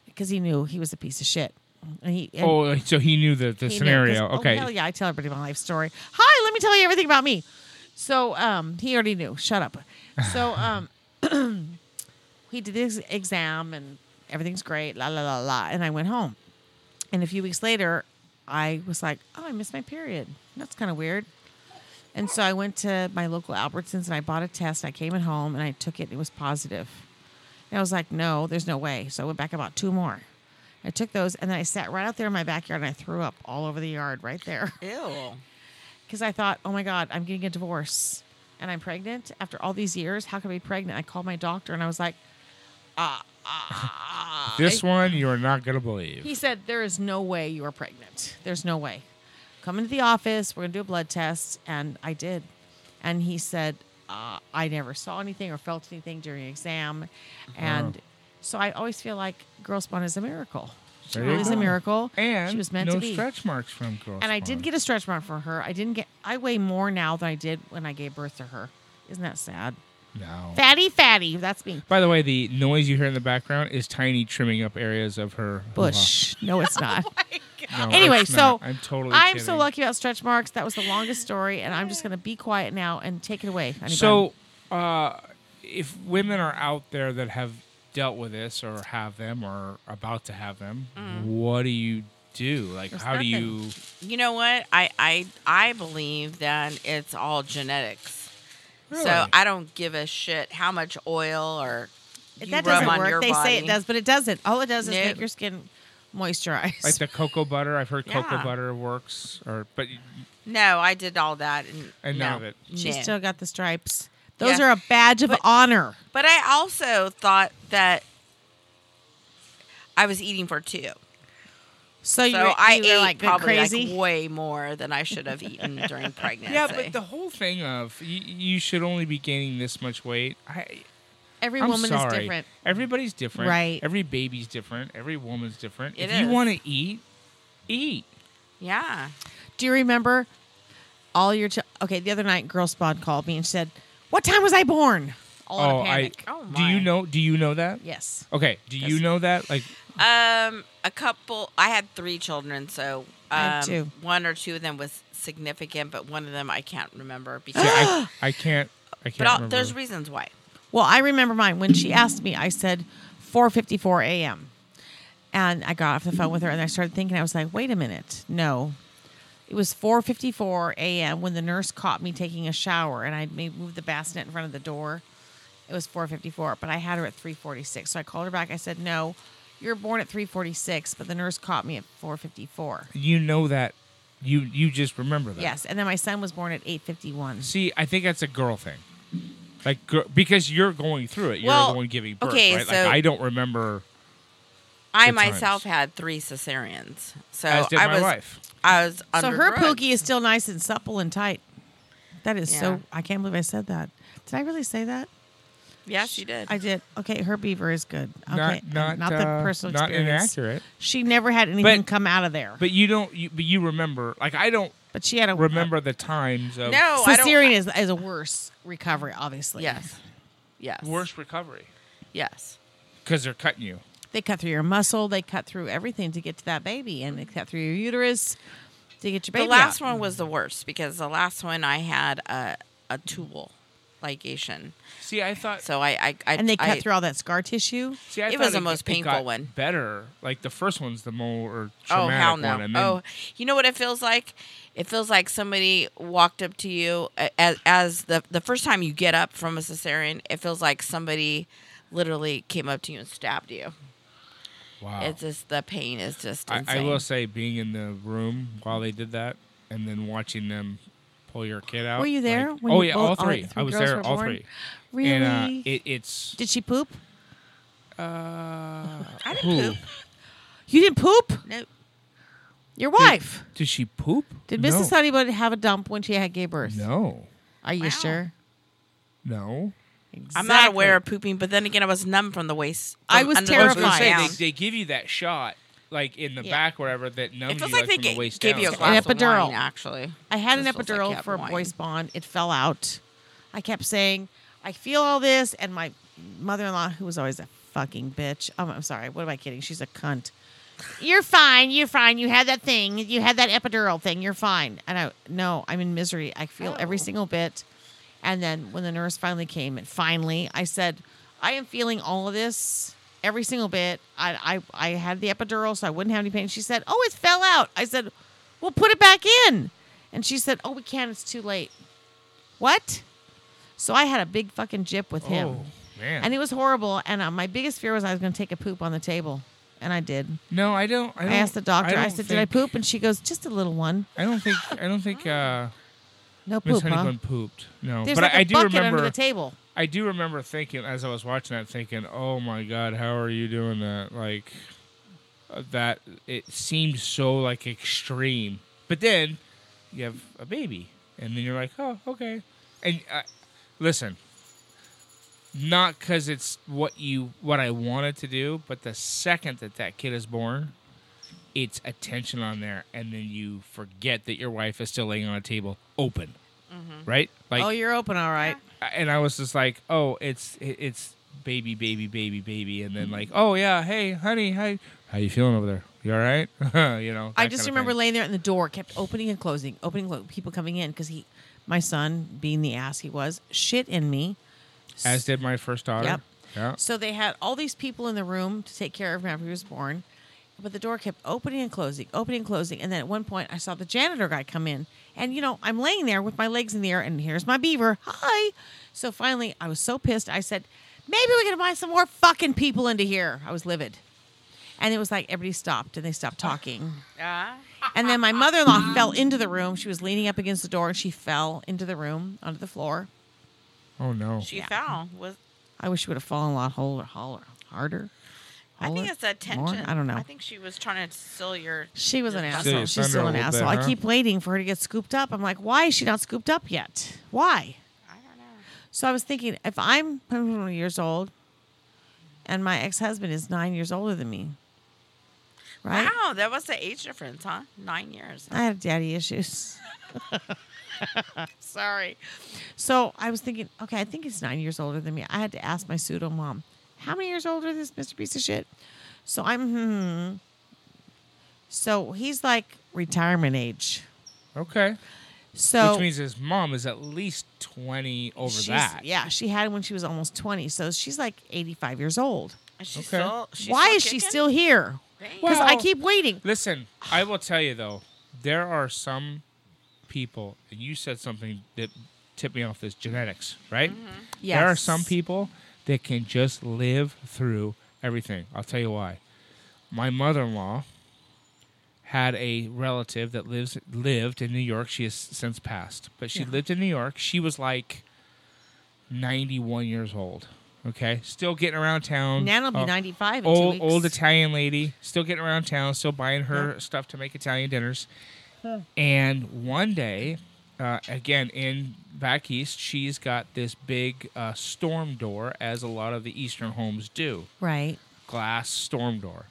Speaker 6: Because he knew he was a piece of shit. And he, and
Speaker 2: oh, so he knew the,
Speaker 6: he
Speaker 2: the
Speaker 6: knew, 'cause-
Speaker 2: scenario.
Speaker 6: oh,
Speaker 2: okay,
Speaker 6: hell yeah, I tell everybody my life story. Hi, let me tell you everything about me. So um, he already knew. Shut up. So um, he did his exam and everything's great. La la la la. And I went home. And a few weeks later, I was like, oh, I missed my period. That's kind of weird. And so I went to my local Albertsons and I bought a test. I came at home and I took it. It was positive. And I was like, no, there's no way. So I went back and bought two more. I took those and then I sat right out there in my backyard and I threw up all over the yard right there
Speaker 7: Ew.
Speaker 6: because I thought, oh my God, I'm getting a divorce and I'm pregnant after all these years. How can I be pregnant? I called my doctor and I was like,
Speaker 2: this one you are not gonna believe.
Speaker 6: He said, There is no way you are pregnant. There's no way. Come into the office. We're going to do a blood test. And I did. And he said, uh, I never saw anything or felt anything during the exam.
Speaker 2: Uh-huh.
Speaker 6: And so I always feel like Girl Spawn is a miracle. She
Speaker 2: There you
Speaker 6: really is a
Speaker 2: go.
Speaker 6: miracle.
Speaker 2: and
Speaker 6: she was meant
Speaker 2: no
Speaker 6: to be.
Speaker 2: stretch marks from girl.
Speaker 6: and I did get a stretch mark for her. I didn't get, I weigh more now than I did when I gave birth to her. Isn't that sad?
Speaker 2: no.
Speaker 6: Fatty, fatty. That's me.
Speaker 2: By the way, the noise you hear in the background is tiny trimming up areas of her
Speaker 6: Bush. No, it's not.
Speaker 2: hoo-ha. No,
Speaker 6: anyway,
Speaker 2: it's
Speaker 6: so
Speaker 2: not. I'm totally.
Speaker 6: I'm
Speaker 2: kidding.
Speaker 6: so lucky about stretch marks. That was the longest story, and I'm just going to be quiet now and take it away. Honey
Speaker 2: So, uh, if women are out there that have dealt with this or have them or about to have them, what do you do? Like, how do
Speaker 6: Mm. nothing.
Speaker 2: you?
Speaker 7: You know what? I I I believe that it's all genetics. So
Speaker 2: Really?
Speaker 7: I don't give a shit how much oil or
Speaker 6: bun.
Speaker 7: you
Speaker 6: that
Speaker 7: rub
Speaker 6: doesn't
Speaker 7: on
Speaker 6: work.
Speaker 7: your
Speaker 6: They say it
Speaker 7: body.
Speaker 6: does, but it doesn't. All it does is
Speaker 7: No.
Speaker 6: make your skin moisturized.
Speaker 2: Like the cocoa butter, I've heard cocoa
Speaker 7: Yeah.
Speaker 2: butter works, or but
Speaker 7: No, I did all that and,
Speaker 2: And
Speaker 7: no.
Speaker 2: none of it.
Speaker 6: She's
Speaker 7: No.
Speaker 6: still got the stripes. Those
Speaker 7: Yeah.
Speaker 6: are a badge of honor.
Speaker 7: But I also thought that I was eating for two.
Speaker 6: So, you,
Speaker 7: So
Speaker 6: were-
Speaker 7: I
Speaker 6: you were
Speaker 7: ate
Speaker 6: like good
Speaker 7: probably
Speaker 6: crazy.
Speaker 7: like way more than I should have eaten during pregnancy.
Speaker 2: yeah, but the whole thing of you, you should only be gaining this much weight. I
Speaker 6: Every
Speaker 2: I'm
Speaker 6: woman
Speaker 2: sorry.
Speaker 6: is different.
Speaker 2: Everybody's different.
Speaker 6: Right.
Speaker 2: Every baby's different. Every woman's different.
Speaker 7: It
Speaker 2: if you
Speaker 7: is.
Speaker 2: want to eat, eat.
Speaker 7: yeah.
Speaker 6: Do you remember all your? Ch- okay, the other night, Girl Spawn called me and said, "What time was I born?" All in a panic.
Speaker 2: I.
Speaker 7: Oh,
Speaker 2: do you
Speaker 7: my.
Speaker 2: know? Do you know that?
Speaker 6: yes.
Speaker 2: Okay. Do you know that? Like,
Speaker 7: Um, a couple. I had three children, so um,
Speaker 6: I had two.
Speaker 7: One or two of them was significant, but one of them I can't remember because.
Speaker 2: Yeah, I, I can't. I can't.
Speaker 7: but all,
Speaker 2: remember.
Speaker 7: there's reasons why.
Speaker 6: Well, I remember mine. When she asked me, I said 4:54 a.m. And I got off the phone with her and I started thinking I was like, "Wait a minute. No. It was 4:54 a.m. when the nurse caught me taking a shower and I made moved the bassinet in front of the door. It was 4:54, but I had her at 3:46. So I called her back. I said, "No, you were born at 3:46, but the nurse caught me at 4:54."
Speaker 2: you know that. You you just remember that.
Speaker 6: Yes, and then my son was born at 8:51.
Speaker 2: See, I think that's a girl thing. Like gir- because you're going through it, you're
Speaker 7: Well,
Speaker 2: the one giving birth,
Speaker 7: okay,
Speaker 2: right? like
Speaker 7: so-
Speaker 2: I don't remember.
Speaker 7: I
Speaker 2: Good times.
Speaker 7: myself had three cesareans, so
Speaker 2: as did
Speaker 7: I
Speaker 2: my
Speaker 7: was
Speaker 2: wife.
Speaker 7: I was
Speaker 6: So
Speaker 7: under
Speaker 6: her
Speaker 7: drugs.
Speaker 6: pookie is still nice and supple and tight. That is
Speaker 7: Yeah.
Speaker 6: so. I can't believe I said that. Did I really say that?
Speaker 7: Yes, you did.
Speaker 6: I did. Okay, her beaver is good. Okay,
Speaker 2: Not not
Speaker 6: and the
Speaker 2: uh,
Speaker 6: personal
Speaker 2: not
Speaker 6: experience.
Speaker 2: inaccurate.
Speaker 6: She never had anything
Speaker 2: But-
Speaker 6: come out of there. But,
Speaker 2: But you don't. You, but you remember. Like I don't
Speaker 6: she had a Oh,
Speaker 2: remember the times of
Speaker 7: no, I
Speaker 6: cesarean
Speaker 7: don't.
Speaker 6: is, is a worse recovery, obviously.
Speaker 7: Yes, yes,
Speaker 2: worse recovery
Speaker 7: yes.
Speaker 2: because they're cutting you.
Speaker 6: They cut through your muscle. They cut through everything to get to that baby, and they cut through your uterus to get your baby.
Speaker 7: the last
Speaker 6: out.
Speaker 7: one was the worst because the last one I had a a tool ligation,
Speaker 2: See, I thought.
Speaker 7: so I I, I
Speaker 6: and they cut
Speaker 7: I-
Speaker 6: through all that scar tissue.
Speaker 2: see, I
Speaker 7: it
Speaker 2: thought
Speaker 7: was the most
Speaker 2: it
Speaker 7: painful
Speaker 2: got
Speaker 7: one.
Speaker 2: Better, like the first one's the more
Speaker 7: Oh
Speaker 2: traumatic
Speaker 7: hell no!
Speaker 2: one, and then
Speaker 7: oh, you know what it feels like? It feels like somebody walked up to you a- as, as the the first time you get up from a cesarean. It feels like somebody literally came up to you and stabbed you.
Speaker 2: wow.
Speaker 7: It's just the pain is just
Speaker 2: I,
Speaker 7: insane.
Speaker 2: I will say, being in the room while they did that, and then watching them pull your kid out.
Speaker 6: Were you there
Speaker 2: like-
Speaker 6: when
Speaker 2: oh
Speaker 6: you
Speaker 2: yeah, all
Speaker 6: both- all
Speaker 2: three.
Speaker 6: three
Speaker 2: I was
Speaker 6: girls
Speaker 2: there,
Speaker 6: were
Speaker 2: all
Speaker 6: born?
Speaker 2: three.
Speaker 6: Really?
Speaker 2: And uh, it, it's.
Speaker 6: Did she poop?
Speaker 2: Uh, I
Speaker 7: didn't
Speaker 2: who?
Speaker 7: poop.
Speaker 6: You didn't poop?
Speaker 7: Nope.
Speaker 6: Your wife.
Speaker 2: Did she poop?
Speaker 6: Did,
Speaker 2: no.
Speaker 6: Mrs. Honeybutt have a dump when she had gave birth?
Speaker 2: No,
Speaker 6: Are you
Speaker 7: Wow.
Speaker 6: sure?
Speaker 2: no.
Speaker 7: I'm not aware of pooping, but then again, I was numb from the waist.
Speaker 6: I
Speaker 7: from
Speaker 6: was
Speaker 7: under the
Speaker 2: I was gonna
Speaker 7: waist
Speaker 6: Terrifying.
Speaker 2: say
Speaker 7: down.
Speaker 2: they, they give you that shot, like in the
Speaker 6: Yeah.
Speaker 2: back, wherever that numbs
Speaker 7: it feels
Speaker 2: you
Speaker 7: like,
Speaker 2: like,
Speaker 7: they
Speaker 2: from
Speaker 7: ga-
Speaker 2: the waist
Speaker 7: gave
Speaker 2: down.
Speaker 7: you a
Speaker 2: It's like-
Speaker 7: glass
Speaker 6: An epidural.
Speaker 7: of wine. Actually,
Speaker 6: I had an
Speaker 7: Just feels like
Speaker 6: epidural
Speaker 7: you have
Speaker 6: for a
Speaker 7: wine.
Speaker 6: voice bond. It fell out. I kept saying, I feel all this. And my mother in law, who was always a fucking bitch, um, I'm sorry, what am I kidding? She's a cunt. You're fine. You're fine. You had that thing. You had that epidural thing. You're fine. And I, no, I'm in misery. I feel every
Speaker 7: Oh.
Speaker 6: single bit. And then when the nurse finally came, and finally, I said, I am feeling all of this, every single bit. I, I, I had the epidural, so I wouldn't have any pain. She said, Oh, it fell out. I said, Well, put it back in. And she said, Oh, we can't. It's too late. What? So I had a big fucking jip with him.
Speaker 2: Oh man.
Speaker 6: And it was horrible. And uh, my biggest fear was I was going to take a poop on the table. And I did.
Speaker 2: no, I don't. I,
Speaker 6: I,
Speaker 2: don't,
Speaker 6: asked the doctor, I,
Speaker 2: don't
Speaker 6: said, Did I
Speaker 2: think-
Speaker 6: poop? And she goes, Just a little one.
Speaker 2: I don't think. I don't think. uh
Speaker 6: No
Speaker 2: Miss
Speaker 6: poop, huh?
Speaker 2: Honeygun pooped. No,
Speaker 6: There's
Speaker 2: but
Speaker 6: like
Speaker 2: I
Speaker 6: a
Speaker 2: I do
Speaker 6: bucket
Speaker 2: remember.
Speaker 6: under the table.
Speaker 2: I do remember thinking as I was watching that, thinking, "Oh my God, how are you doing that?" Like uh, that. It seemed so like extreme, but then you have a baby, and then you're like, "Oh, okay." And uh, listen, not because it's what you what I wanted to do, but the second that that kid is born, it's attention on there, and then you forget that your wife is still laying on a table open, right? Like,
Speaker 6: oh, you're open, all right.
Speaker 2: and I was just like, "Oh, it's it- it's baby, baby, baby, baby," and
Speaker 6: Mm-hmm.
Speaker 2: then like, "Oh yeah, hey, honey, hi, how you feeling over there? You all right?" you know.
Speaker 6: I
Speaker 2: that
Speaker 6: just
Speaker 2: kind of
Speaker 6: remember
Speaker 2: thing.
Speaker 6: laying there and the door kept opening and closing, opening, and clo- people coming in because he, my son, being the ass he was, shit in me.
Speaker 2: as did my first daughter.
Speaker 6: Yep.
Speaker 2: Yeah.
Speaker 6: So they had all these people in the room to take care of him after he was born, but the door kept opening and closing, opening and closing. And then at one point, I saw the janitor guy come in, and you know, I'm laying there with my legs in the air, and here's my beaver. Hi. So finally, I was so pissed. I said, maybe we can invite some more fucking people into here. I was livid. And it was like everybody stopped and they stopped talking.
Speaker 7: yeah.
Speaker 6: And then my mother in law fell into the room. She was leaning up against the door and she fell into the room onto the floor.
Speaker 2: Oh no.
Speaker 7: She fell. Was
Speaker 6: I wish she would have fallen a lot holler, holler, harder.
Speaker 7: I think
Speaker 6: holler,
Speaker 7: it's attention.
Speaker 6: more. I don't know.
Speaker 7: I think she was trying to steal your.
Speaker 6: she was an
Speaker 7: Steal
Speaker 6: asshole.
Speaker 2: your
Speaker 6: She's
Speaker 2: thunder
Speaker 6: still
Speaker 2: a
Speaker 6: an
Speaker 2: little
Speaker 6: asshole.
Speaker 2: bit,
Speaker 6: I
Speaker 2: huh?
Speaker 6: keep waiting for her to get scooped up. I'm like, why is she not scooped up yet? Why?
Speaker 7: I don't know.
Speaker 6: So I was thinking, if I'm 21 years old and my ex husband is nine years older than me, right?
Speaker 7: Wow, that was the age difference, huh? Nine years.
Speaker 6: I have daddy issues. Sorry. So I was thinking, okay, I think he's nine years older than me. I had to ask my pseudo mom, how many years older is this Mr. Piece of Shit? So I'm, hmm. So he's like retirement age.
Speaker 2: Okay.
Speaker 6: So
Speaker 2: Which means his mom is at least 20 over
Speaker 6: she's,
Speaker 2: that.
Speaker 6: Yeah, she had it when she was almost 20. So she's like 85 years old.
Speaker 7: Is she
Speaker 2: Okay.
Speaker 7: still- she's
Speaker 6: Why
Speaker 7: still
Speaker 6: is she
Speaker 7: kicking?
Speaker 6: still here? Because I
Speaker 2: Well-
Speaker 6: keep waiting.
Speaker 2: Listen, I will tell you though, there are some people, and you said something that tipped me off this genetics, right? There are some
Speaker 6: Yes.
Speaker 2: people that can just live through everything. I'll tell you why. My mother in law had a relative that lives lived in New York. She has since passed, but she lived in New York. She was like ninety one years old. Okay, still getting around town.
Speaker 6: Nana will be
Speaker 2: Uh,
Speaker 6: 95 in two
Speaker 2: old
Speaker 6: weeks.
Speaker 2: old Italian lady, still getting around town, still buying her stuff to make Italian dinners. And one day, uh, again in back east, she's got this big uh, storm door, as a lot of the eastern homes do,
Speaker 6: Right.
Speaker 2: glass storm door.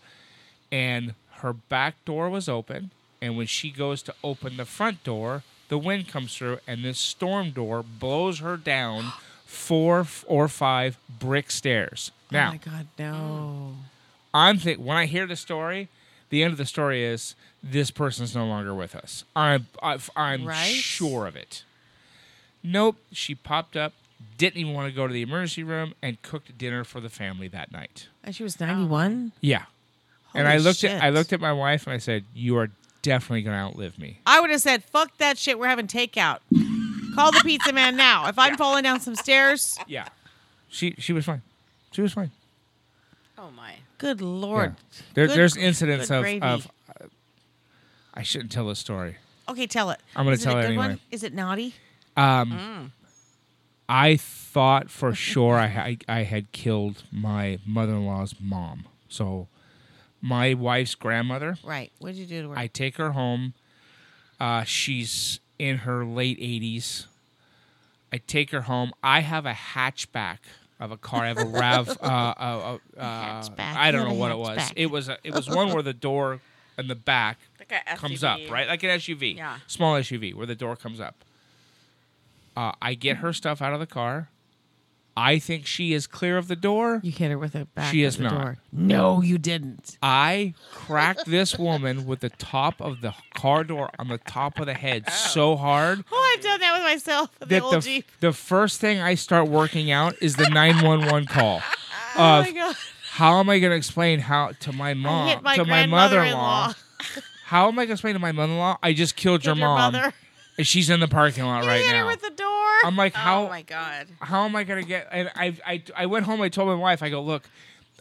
Speaker 2: And her back door was open, and when she goes to open the front door, the wind comes through, and this storm door blows her down four f- or five brick stairs. Now,
Speaker 6: Oh my God, no.
Speaker 2: I'm think when I hear the story, the end of the story is this person's no longer with us. I'm i I'm
Speaker 6: Right?
Speaker 2: sure of it. Nope, she popped up, didn't even want to go to the emergency room, and cooked dinner for the family that night.
Speaker 6: And she was 91?
Speaker 2: Yeah, and
Speaker 6: Holy
Speaker 2: I looked
Speaker 6: shit.
Speaker 2: at I looked at my wife and I said, "You are definitely going to outlive me."
Speaker 6: I would have said, fuck that shit. We're having takeout. Call the pizza man now. If I'm falling down some stairs,
Speaker 2: Yeah, she she was fine. She was fine.
Speaker 7: Oh my.
Speaker 6: good Lord.
Speaker 2: Yeah. There,
Speaker 6: Good-
Speaker 2: there's incidents
Speaker 6: good
Speaker 2: of,
Speaker 6: gravy.
Speaker 2: of I shouldn't tell this story.
Speaker 6: Okay, tell it.
Speaker 2: I'm gonna
Speaker 6: Is
Speaker 2: tell
Speaker 6: it a
Speaker 2: it
Speaker 6: good one?
Speaker 2: anyway.
Speaker 6: Is it naughty?
Speaker 2: I thought for sure I, ha- I had killed my mother in law's mom. So, my wife's grandmother,
Speaker 6: Right. What did you do to her?
Speaker 2: I take her home. Uh, she's in her late 80s. I take her home. I have a hatchback of a car. I have a Rav. Uh, uh, uh, uh,
Speaker 6: Hatchback.
Speaker 2: I
Speaker 6: You
Speaker 2: don't
Speaker 6: have
Speaker 2: know
Speaker 6: a
Speaker 2: what it was.
Speaker 6: hatchback.
Speaker 2: It was a, it was one where the door in the back
Speaker 7: Like a
Speaker 2: comes up,
Speaker 7: SUV.
Speaker 2: right? Like an SUV.
Speaker 7: Yeah.
Speaker 2: Small SUV where the door comes up. Uh, I get her stuff out of the car. I think she is clear of the door.
Speaker 6: you hit her with a back.
Speaker 2: She
Speaker 6: of
Speaker 2: is
Speaker 6: the
Speaker 2: not.
Speaker 6: Door. No, you didn't.
Speaker 2: I cracked this woman with the top of the car door on the top of the head so hard
Speaker 6: Oh, I've done that with myself. with The
Speaker 2: that
Speaker 6: old
Speaker 2: the,
Speaker 6: Jeep.
Speaker 2: the first thing I start working out is the 911 call.
Speaker 6: Oh
Speaker 2: Of
Speaker 6: my God.
Speaker 2: how am I going to explain how to my
Speaker 6: I
Speaker 2: mom,
Speaker 6: hit my
Speaker 2: to my
Speaker 6: mother-in-law.
Speaker 2: mother-in-law? How am I going to explain to my mother-in-law? I just killed your,
Speaker 6: Your
Speaker 2: mom.
Speaker 6: mother.
Speaker 2: and She's in the parking lot
Speaker 6: You
Speaker 2: right
Speaker 6: hit
Speaker 2: now.
Speaker 6: her with the door.
Speaker 2: I'm like, how?
Speaker 7: Oh my god.
Speaker 2: how am I gonna get? And I, I, I went home. I told my wife. I go, look,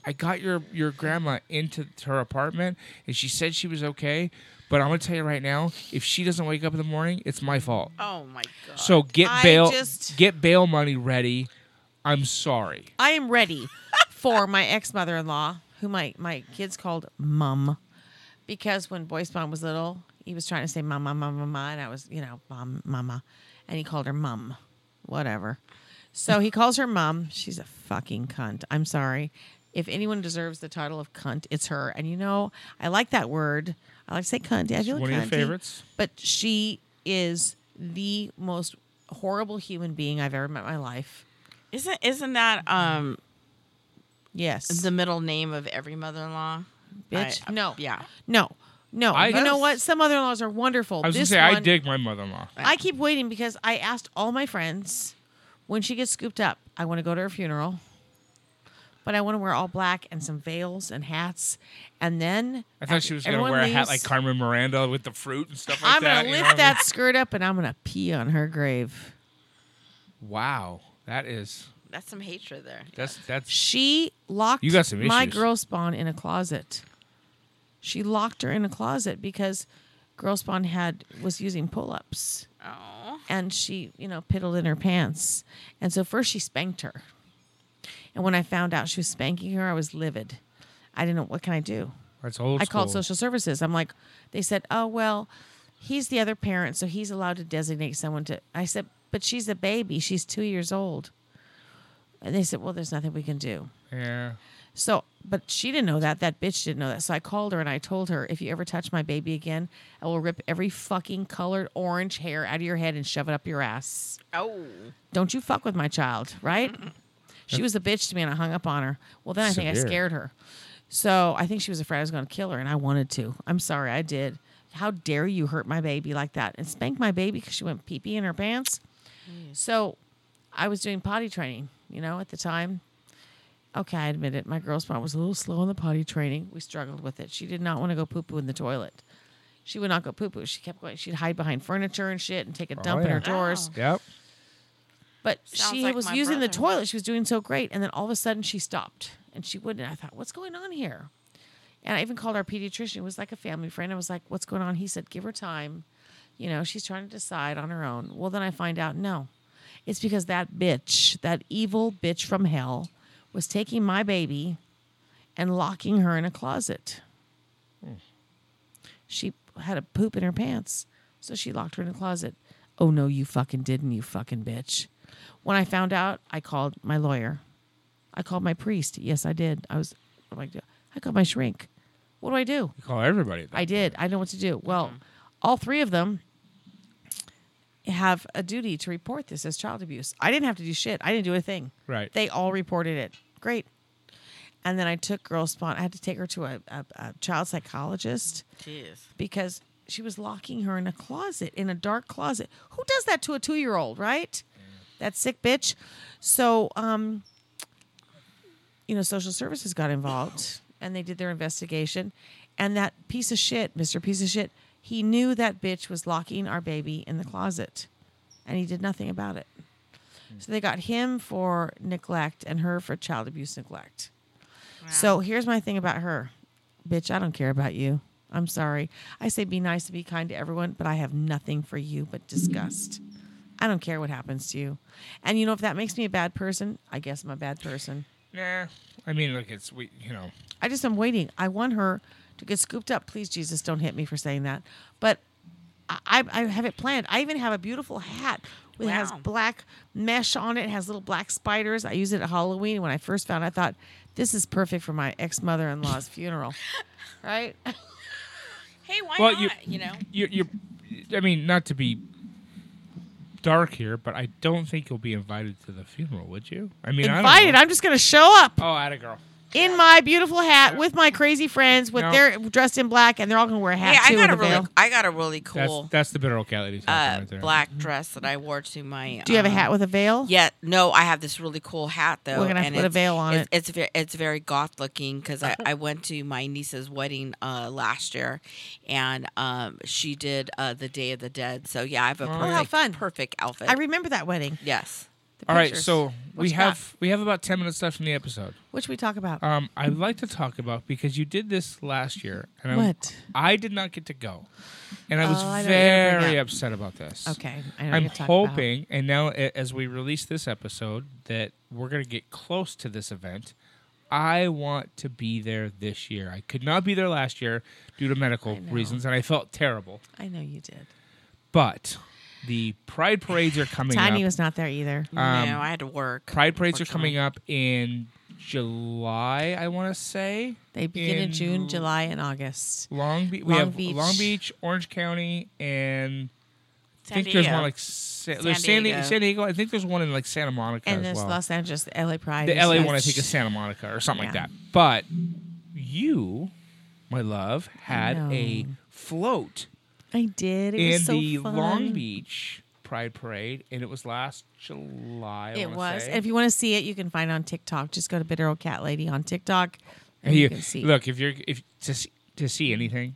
Speaker 2: I got your your grandma into her apartment, and she said she was okay. But I'm gonna tell you right now, if she doesn't wake up in the morning, it's my fault.
Speaker 7: Oh my god.
Speaker 2: So get
Speaker 6: I
Speaker 2: bail,
Speaker 6: just-
Speaker 2: get bail money ready. I'm sorry.
Speaker 6: I am ready for my ex mother in law, who my, my kids called mum, because when Boyce Mom was little, he was trying to say mama, mama, mama, and I was, you know, mom, mama, and he called her mum, whatever. So he calls her mum. She's a fucking cunt. I'm sorry. If anyone deserves the title of cunt, it's her. And you know, I like that word. I like to say cunt. I feel
Speaker 2: one of your
Speaker 6: cunty,
Speaker 2: favorites.
Speaker 6: But she is the most horrible human being I've ever met in my life.
Speaker 7: isn't isn't that um
Speaker 6: Yes.
Speaker 7: the middle name of every mother-in-law?
Speaker 6: bitch.
Speaker 7: I-
Speaker 6: no.
Speaker 7: Yeah.
Speaker 6: No. No.
Speaker 2: I-
Speaker 6: you know what? Some mother-in-laws are wonderful.
Speaker 2: I was
Speaker 6: this
Speaker 2: gonna say I
Speaker 6: one-
Speaker 2: dig my mother-in-law.
Speaker 6: I keep waiting because I asked all my friends when she gets scooped up, I want to go to her funeral, but I want to wear all black and some veils and hats, and then
Speaker 2: I thought she was gonna
Speaker 6: everyone
Speaker 2: wear a
Speaker 6: leaves.
Speaker 2: hat like Carmen Miranda with the fruit and stuff like
Speaker 6: I'm
Speaker 2: that.
Speaker 6: gonna
Speaker 2: you know
Speaker 6: lift
Speaker 2: what I mean?
Speaker 6: that skirt up and I'm gonna pee on her grave.
Speaker 2: Wow, that is
Speaker 7: That's some hatred there.
Speaker 2: that's that's
Speaker 6: She locked
Speaker 2: You got some
Speaker 6: my
Speaker 2: issues.
Speaker 6: girl spawn in a closet. She locked her in a closet because girl spawn had was using pull-ups.
Speaker 7: Oh.
Speaker 6: and she, you know, piddled in her pants. And so first she spanked her. And when I found out she was spanking her, I was livid. I didn't know what can I do.
Speaker 2: that's old.
Speaker 6: I called
Speaker 2: school.
Speaker 6: social services. I'm like, they said, "Oh well, he's the other parent, so he's allowed to designate someone to." I said, "But she's a baby. She's two years old." And they said, "Well, there's nothing we can do."
Speaker 2: Yeah.
Speaker 6: So, but she didn't know that. That bitch didn't know that. So I called her and I told her, if you ever touch my baby again, I will rip every fucking colored orange hair out of your head and shove it up your ass
Speaker 7: Oh.
Speaker 6: don't you fuck with my child, right? She was a bitch to me and I hung up on her. Well, then I think I
Speaker 2: Severe.
Speaker 6: scared her. So I think she was afraid I was going to kill her, and I wanted to. I'm sorry, I did. How dare you hurt my baby like that and spank my baby because she went pee pee in her pants? So I was doing potty training, you know, at the time. Okay, I admit it. My girl's mom was a little slow on the potty training. We struggled with it. She did not want to go poo poo in the toilet. She would not go poo poo. She kept going. She'd hide behind furniture and shit and take a dump in
Speaker 2: Oh, yeah.
Speaker 6: her drawers.
Speaker 2: Yep.
Speaker 6: But
Speaker 7: Sounds
Speaker 6: she
Speaker 7: like
Speaker 6: was
Speaker 7: my
Speaker 6: using the
Speaker 7: brother.
Speaker 6: toilet. She was doing so great. And then all of a sudden she stopped and she wouldn't. I thought, what's going on here? And I even called our pediatrician, who was like a family friend. I was like, what's going on? He said, give her time. You know, she's trying to decide on her own. Well, then I find out, no, it's because that bitch, that evil bitch from hell, was taking my baby and locking her in a closet. She had a poop in her pants, so she locked her in a closet. Oh no, you fucking didn't, you fucking bitch. When I found out, I called my lawyer. I called my priest. Yes, I did. I was what do I do? I called my shrink. What do I do?
Speaker 2: You Mm-hmm. call everybody. That.
Speaker 6: I did. I know what to do. Well, all three of them have a duty to report this as child abuse. I didn't have to do shit. I didn't do a thing.
Speaker 2: Right.
Speaker 6: They all reported it. Great. And then I took Girl Spawn. I had to take her to a, a, a child psychologist
Speaker 7: Jeez.
Speaker 6: because she was locking her in a closet, in a dark closet. Who does that to a two year old, right? That sick bitch. So, um, you know, social services got involved and they did their investigation. And that piece of shit, Mr. Piece of Shit, he knew that bitch was locking our baby in the closet and he did nothing about it. So they got him for neglect and her for child abuse neglect. So here's my thing about her. Bitch, I don't care about you. I'm sorry. I say be nice and be kind to everyone, but I have nothing for you but disgust. I don't care what happens to you. And you know, if that makes me a bad person, I guess I'm a bad person.
Speaker 2: Nah. I mean, look, it's we. You know.
Speaker 6: I just am waiting. I want her to get scooped up. Please, Jesus, don't hit me for saying that. But I, I- I have it planned. I even have a beautiful hat. It has
Speaker 7: Wow.
Speaker 6: black mesh on it. It has little black spiders. I use it at Halloween. When I first found, it, I thought this is perfect for my ex mother in law's funeral, right?
Speaker 7: Hey, why
Speaker 2: Well,
Speaker 7: not?
Speaker 2: you-
Speaker 7: You, know,
Speaker 2: You're, you're. I mean, not to be dark here, but I don't think you'll be invited to the funeral, would you? I mean,
Speaker 6: Invited.
Speaker 2: I
Speaker 6: I'm just gonna show up
Speaker 2: don't know. oh, atta girl.
Speaker 6: in my beautiful hat with my crazy friends. With
Speaker 2: No.
Speaker 6: their dressed in black, and they're all gonna wear a hat
Speaker 7: hey, I
Speaker 6: too.
Speaker 7: got a
Speaker 6: with a
Speaker 7: really,
Speaker 6: veil.
Speaker 7: I got a really
Speaker 2: That's
Speaker 7: cool
Speaker 2: that's the bitter locality talking
Speaker 7: uh,
Speaker 2: right there.
Speaker 7: black dress that I wore to my.
Speaker 6: Do you have a
Speaker 7: um,
Speaker 6: hat with a veil?
Speaker 7: Yeah, no, I have this really cool hat though.
Speaker 6: We're gonna have to
Speaker 7: and
Speaker 6: put a
Speaker 7: it's-
Speaker 6: veil on
Speaker 7: it's,
Speaker 6: it.
Speaker 7: It's very, it's very goth looking because I, I went to my niece's wedding uh, last year, and um, she did uh, the Day of the Dead. So yeah, I have a perfect,
Speaker 6: Oh, how fun.
Speaker 7: perfect outfit.
Speaker 6: I remember that wedding.
Speaker 7: yes,
Speaker 6: The
Speaker 2: All right,
Speaker 6: pictures.
Speaker 2: so
Speaker 6: What
Speaker 2: we
Speaker 6: you got?
Speaker 2: have we have about ten minutes left in the episode.
Speaker 6: What should we talk about?
Speaker 2: Um, I'd like to talk about because you did this last year, and I'm-
Speaker 6: What?
Speaker 2: I did not get to go, and I was
Speaker 6: Oh, I know what you're gonna bring
Speaker 2: very
Speaker 6: up.
Speaker 2: upset about this.
Speaker 6: Okay, I know what
Speaker 2: I'm
Speaker 6: you're talking about.
Speaker 2: hoping, and now a- as we release this episode, that we're gonna get close to this event. I want to be there this year. I could not be there last year due to medical reasons, and I felt terrible.
Speaker 6: I know you did.
Speaker 2: But the Pride parades are coming.
Speaker 6: Tiny
Speaker 2: up.
Speaker 6: was not there either.
Speaker 7: no, I had to work.
Speaker 2: Pride parades are
Speaker 7: unfortunately.
Speaker 2: coming up in July, I want to say.
Speaker 6: They begin in, June,
Speaker 2: L-
Speaker 6: July, and August.
Speaker 2: Long Beach. We
Speaker 6: Long
Speaker 2: have
Speaker 6: Beach.
Speaker 2: Long Beach, Orange County, and I
Speaker 7: San
Speaker 2: think there's
Speaker 7: Diego.
Speaker 2: one like Sa-
Speaker 7: San
Speaker 2: there's San, Di-
Speaker 7: Diego.
Speaker 2: San Diego. I think there's one in like Santa Monica
Speaker 6: And
Speaker 2: as
Speaker 6: there's
Speaker 2: well.
Speaker 6: Los Angeles, the LA Pride.
Speaker 2: the
Speaker 6: is
Speaker 2: LA
Speaker 6: huge.
Speaker 2: one I think is Santa Monica or something like
Speaker 6: Yeah.
Speaker 2: that. But you, my love, had
Speaker 6: know.
Speaker 2: a float
Speaker 6: I did. It
Speaker 2: in
Speaker 6: was so
Speaker 2: the
Speaker 6: fun.
Speaker 2: Long Beach Pride Parade, and it was last July. I
Speaker 6: It
Speaker 2: wanna
Speaker 6: was.
Speaker 2: say.
Speaker 6: If you want to see it, you can find it on TikTok. Just go to Bitter Old Cat Lady on TikTok, and
Speaker 2: Hey,
Speaker 6: you can see.
Speaker 2: Look, if you're if to see, to see anything,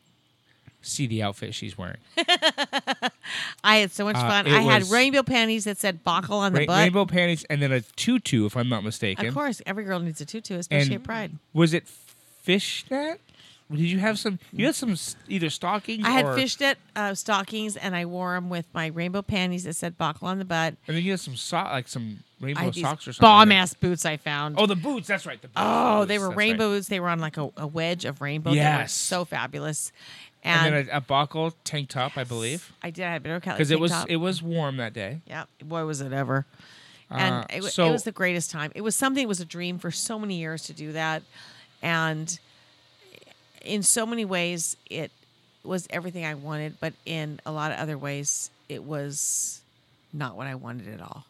Speaker 2: see the outfit she's wearing.
Speaker 6: I had so much
Speaker 2: uh,
Speaker 6: fun.
Speaker 2: it
Speaker 6: I had
Speaker 2: was-
Speaker 6: rainbow panties that said "buckle" on the
Speaker 2: Ra-
Speaker 6: butt.
Speaker 2: rainbow panties and then a tutu, if I'm not mistaken.
Speaker 6: of course, every girl needs a tutu,
Speaker 2: And
Speaker 6: especially at Pride.
Speaker 2: was it fishnet? Did you have some? You had some s- either stockings.
Speaker 6: I had
Speaker 2: or,
Speaker 6: fishnet uh, stockings, and I wore them with my rainbow panties that said "buckle" on the butt.
Speaker 2: and then you had some so- like some
Speaker 6: I
Speaker 2: rainbow
Speaker 6: had these
Speaker 2: socks or something.
Speaker 6: bomb ass boots I found.
Speaker 2: Oh, the boots. That's right. The boots, the
Speaker 6: Oh,
Speaker 2: boots,
Speaker 6: they were
Speaker 2: that's
Speaker 6: rainbow
Speaker 2: Right.
Speaker 6: boots. They were on like a, a wedge of rainbow. They were
Speaker 2: Yes.
Speaker 6: so fabulous.
Speaker 2: And
Speaker 6: And,
Speaker 2: then a, a buckle tank top, I believe,
Speaker 6: I did. I had a Cat
Speaker 2: because it was it was warm that day.
Speaker 6: yeah. Boy, was it ever. And
Speaker 2: Uh,
Speaker 6: it, wa-
Speaker 2: so-
Speaker 6: it was the greatest time. It was something. It was a dream for so many years to do that, and in so many ways, it was everything I wanted. But in a lot of other ways, it was not what I wanted at all.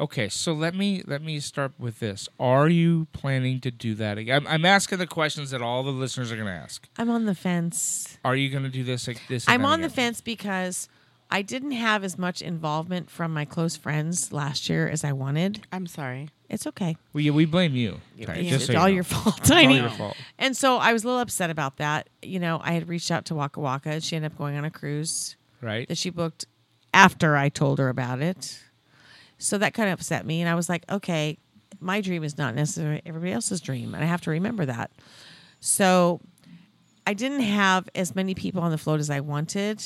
Speaker 2: Okay, so let me let me start with this. Are you planning to do that again? I'm, I'm asking the questions that all the listeners are going to ask.
Speaker 6: I'm on the fence.
Speaker 2: Are you going to do this like, this?
Speaker 6: I'm
Speaker 2: event
Speaker 6: on the
Speaker 2: again?
Speaker 6: fence because I didn't have as much involvement from my close friends last year as I wanted.
Speaker 7: I'm sorry.
Speaker 6: It's okay.
Speaker 2: We, we blame you. Ty,
Speaker 6: It's,
Speaker 2: just so
Speaker 6: it's
Speaker 2: you
Speaker 6: all
Speaker 2: know.
Speaker 6: your fault,
Speaker 2: It's all
Speaker 6: Tiny.
Speaker 2: your fault.
Speaker 6: And so I was a little upset about that. You know, I had reached out to Waka Waka. and She ended up going on a cruise
Speaker 2: Right?
Speaker 6: that she booked after I told her about it. So that kind of upset me. And I was like, okay, my dream is not necessarily everybody else's dream. And I have to remember that. So I didn't have as many people on the float as I wanted.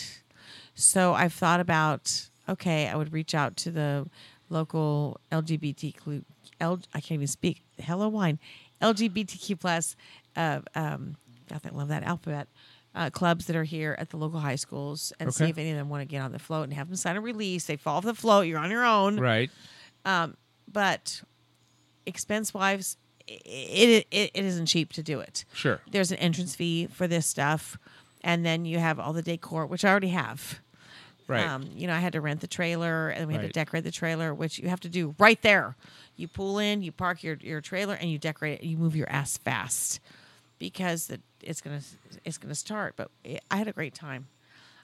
Speaker 6: So I've thought about, okay, I would reach out to the local LGBT, clu- L, I can't even speak, hello wine, LGBTQ plus, uh, um, God, I love that alphabet, uh, clubs that are here at the local high schools and see
Speaker 2: Okay.
Speaker 6: if any of them want to get on the float and have them sign a release. They fall off the float, you're on your own.
Speaker 2: Right.
Speaker 6: But expense wise, it, it, it isn't cheap to do it
Speaker 2: Sure.
Speaker 6: there's an entrance fee for this stuff and then you have all the decor which i already have
Speaker 2: Right.
Speaker 6: Um, you know i had to rent the trailer and we had
Speaker 2: Right.
Speaker 6: to decorate the trailer which you have to do right there you pull in you park your, your trailer and you decorate it you move your ass fast because the, it's gonna it's gonna start but it, i had a great time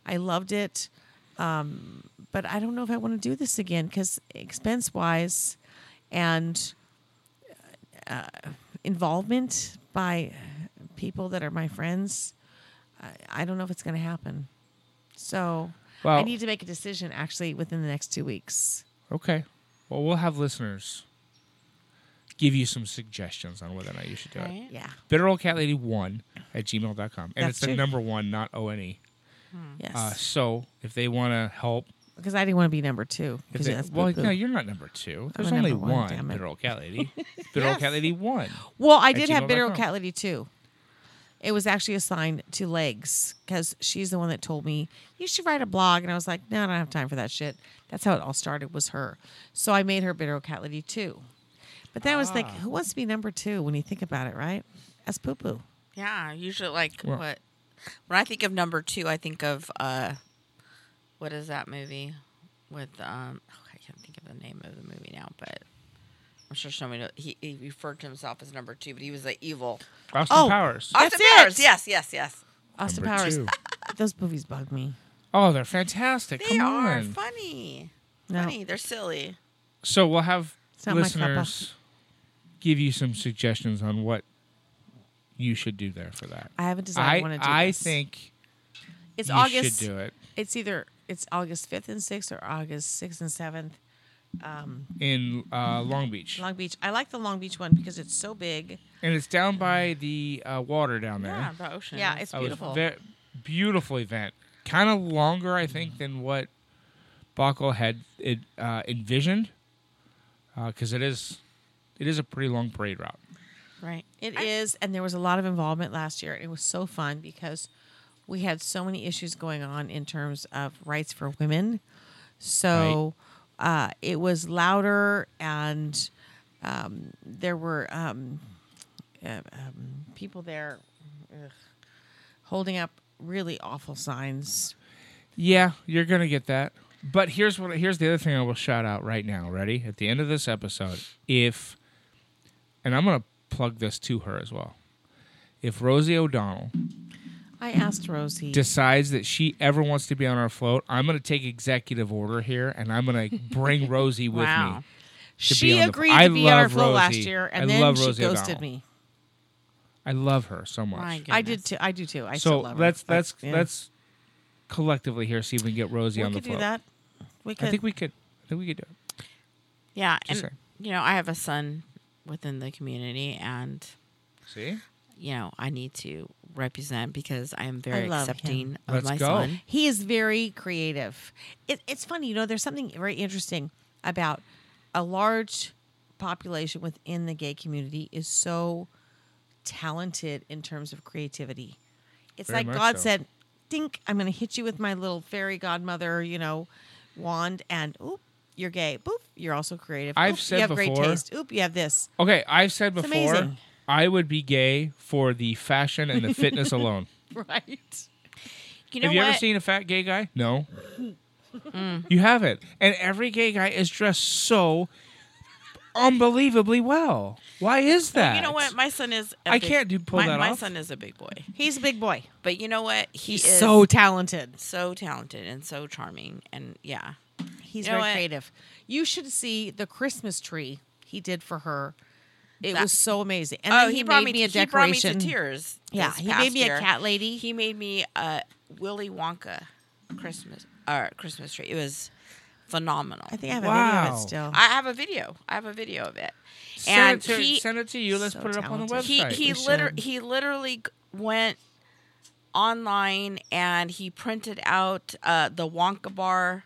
Speaker 6: i loved it um, but i don't know if i want to do this again because expense wise and uh, involvement by people that are my friends, I, I don't know if it's going to happen. So I
Speaker 2: Well-
Speaker 6: need to make a decision actually within the next two weeks.
Speaker 2: okay. Well, we'll have listeners give you some suggestions on whether or not you should do it.
Speaker 7: Right?
Speaker 6: Yeah.
Speaker 2: Bitter old cat lady one at gmail.com. And
Speaker 6: That's
Speaker 2: it's the
Speaker 6: true.
Speaker 2: number one, not O N E. Uh,
Speaker 6: Yes.
Speaker 2: so if they want to help,
Speaker 6: Because I didn't want to be number two.
Speaker 2: if
Speaker 6: Because
Speaker 2: they-
Speaker 6: that's
Speaker 2: well,
Speaker 6: boo-boo.
Speaker 2: no, you're not number two. There's
Speaker 6: I'm a
Speaker 2: only
Speaker 6: number one,
Speaker 2: one,
Speaker 6: damn it.
Speaker 2: Bitter old cat lady. Bitter old cat lady one.
Speaker 6: Well, I
Speaker 2: at
Speaker 6: did have Bitter Old
Speaker 2: gmail.com.
Speaker 6: Cat Lady too. It was actually assigned to Legs because she's the one that told me you should write a blog, and I was like, no, I don't have time for that shit. That's how it all started. Was her, so I made her Bitter Old Cat Lady too. But then I was
Speaker 2: Ah.
Speaker 6: like, who wants to be number two when you think about it, right? That's poo poo.
Speaker 7: Yeah, usually like
Speaker 2: Well-
Speaker 7: what when I think of number two, I think of uh what is that movie with um oh, I can't think of the name of the movie now, but I'm sure somebody know, he, he referred to himself as number two, but he was the evil.
Speaker 2: Austin
Speaker 6: Oh,
Speaker 2: Powers.
Speaker 7: Austin Powers, yes, yes, yes.
Speaker 6: Austin
Speaker 2: Number
Speaker 6: Powers.
Speaker 2: two.
Speaker 6: Those movies bug me.
Speaker 2: Oh, they're fantastic.
Speaker 7: They
Speaker 2: Come
Speaker 7: are
Speaker 2: on.
Speaker 7: funny.
Speaker 6: No.
Speaker 7: Funny. They're silly.
Speaker 2: So we'll have
Speaker 6: It's not my cup of-
Speaker 2: listeners give you some suggestions on what you should do there for that.
Speaker 6: I haven't decided
Speaker 2: I,
Speaker 6: I want to do.
Speaker 2: I
Speaker 6: this.
Speaker 2: think
Speaker 6: it's
Speaker 2: you
Speaker 6: August.
Speaker 2: should do it
Speaker 6: It's either it's August fifth and sixth or August sixth and seventh.
Speaker 2: in uh, Long Beach.
Speaker 6: Long Beach. I like the Long Beach one because it's so big.
Speaker 2: and it's down by the uh, water down there.
Speaker 7: Yeah, the ocean.
Speaker 6: Yeah, it's
Speaker 2: That was
Speaker 6: beautiful.
Speaker 2: ve- beautiful event. Kind of longer, I
Speaker 6: Mm.
Speaker 2: think, than what Buckle had it, uh, envisioned, because it is it is a pretty long parade route.
Speaker 7: right.
Speaker 6: It is, and there was a lot of involvement last year, and it was so fun because we had so many issues going on in terms of rights for women. So uh, it was louder, and um, there were um, uh, um, people there ugh, holding up really awful signs.
Speaker 2: Yeah, you're gonna get that. But here's what here's the other thing I will shout out right now. Ready? At the end of this episode, if and I'm gonna plug this to her as well. If Rosie O'Donnell
Speaker 6: I asked Rosie.
Speaker 2: decides that she ever wants to be on our float, I'm gonna take executive order here and I'm gonna bring Rosie with
Speaker 7: Wow.
Speaker 2: me. to be
Speaker 6: she
Speaker 2: on the-
Speaker 6: agreed
Speaker 2: I
Speaker 6: to be on our
Speaker 2: love
Speaker 6: float last
Speaker 2: Rosie.
Speaker 6: year,
Speaker 2: I
Speaker 6: and then
Speaker 2: love
Speaker 6: she
Speaker 2: Rosie
Speaker 6: ghosted
Speaker 2: O'Donnell.
Speaker 6: me.
Speaker 2: I love her so much.
Speaker 7: My goodness.
Speaker 6: I did too. I do too. I
Speaker 2: so
Speaker 6: still love her,
Speaker 2: let's
Speaker 6: but,
Speaker 2: let's
Speaker 6: yeah.
Speaker 2: let's collectively here see if we can get Rosie
Speaker 6: we
Speaker 2: on the
Speaker 6: could
Speaker 2: float.
Speaker 6: do that. We could.
Speaker 2: I think we could. I think we could do it.
Speaker 7: Yeah. And
Speaker 2: Just saying.
Speaker 7: you know, I have a son within the community and
Speaker 2: See?
Speaker 7: you know, I need to represent because I am very
Speaker 6: love him.
Speaker 7: accepting of
Speaker 2: Let's
Speaker 7: my
Speaker 2: go.
Speaker 7: son.
Speaker 6: He is very creative. It, it's funny, you know, there's something very interesting about a large population within the gay community is so talented in terms of creativity. It's
Speaker 2: Very
Speaker 6: like
Speaker 2: much
Speaker 6: God
Speaker 2: so.
Speaker 6: said, Dink, I'm going to hit you with my little fairy godmother, you know, wand, and oop, you're gay. Boop, you're also creative.
Speaker 2: I've
Speaker 6: Oop,
Speaker 2: said
Speaker 6: you have
Speaker 2: before-
Speaker 6: great taste. Oop, you have this.
Speaker 2: Okay, I've said before
Speaker 6: amazing.
Speaker 2: I would be gay for the fashion and the fitness alone.
Speaker 6: Right.
Speaker 7: You know
Speaker 2: Have you
Speaker 7: what?
Speaker 2: ever seen a fat gay guy? No. You haven't. And every gay guy is dressed so unbelievably well. Why is that?
Speaker 7: You know what? My son is. I
Speaker 2: I can't do- pull
Speaker 7: my,
Speaker 2: that
Speaker 7: My
Speaker 2: off.
Speaker 7: son is a big boy,
Speaker 6: He's a big boy.
Speaker 7: but you know what? He
Speaker 6: He's
Speaker 7: is
Speaker 6: so talented.
Speaker 7: so talented and so charming, and yeah,
Speaker 6: He's
Speaker 7: You know
Speaker 6: very
Speaker 7: what?
Speaker 6: creative. You should see the Christmas tree he did for her. It
Speaker 7: That-
Speaker 6: was so amazing. And
Speaker 7: oh,
Speaker 6: then
Speaker 7: he,
Speaker 6: he,
Speaker 7: brought
Speaker 6: made
Speaker 7: me,
Speaker 6: me a
Speaker 7: He brought me to
Speaker 6: decoration.
Speaker 7: tears.
Speaker 6: Yeah,
Speaker 7: this
Speaker 6: he made
Speaker 7: past
Speaker 6: me a
Speaker 7: year.
Speaker 6: cat lady.
Speaker 7: He made me a Willy Wonka Christmas or Christmas tree. It was phenomenal.
Speaker 6: I think I have a video
Speaker 2: Wow.
Speaker 6: of it still.
Speaker 7: I have a video. I have a video of it.
Speaker 2: Send
Speaker 7: and
Speaker 2: it, to,
Speaker 7: he,
Speaker 2: send it to you. Let's
Speaker 6: so
Speaker 2: put it up on the
Speaker 6: talented.
Speaker 2: website.
Speaker 7: He he,
Speaker 6: We
Speaker 7: liter-
Speaker 6: should.
Speaker 7: he literally g- went online and he printed out uh, the Wonka bar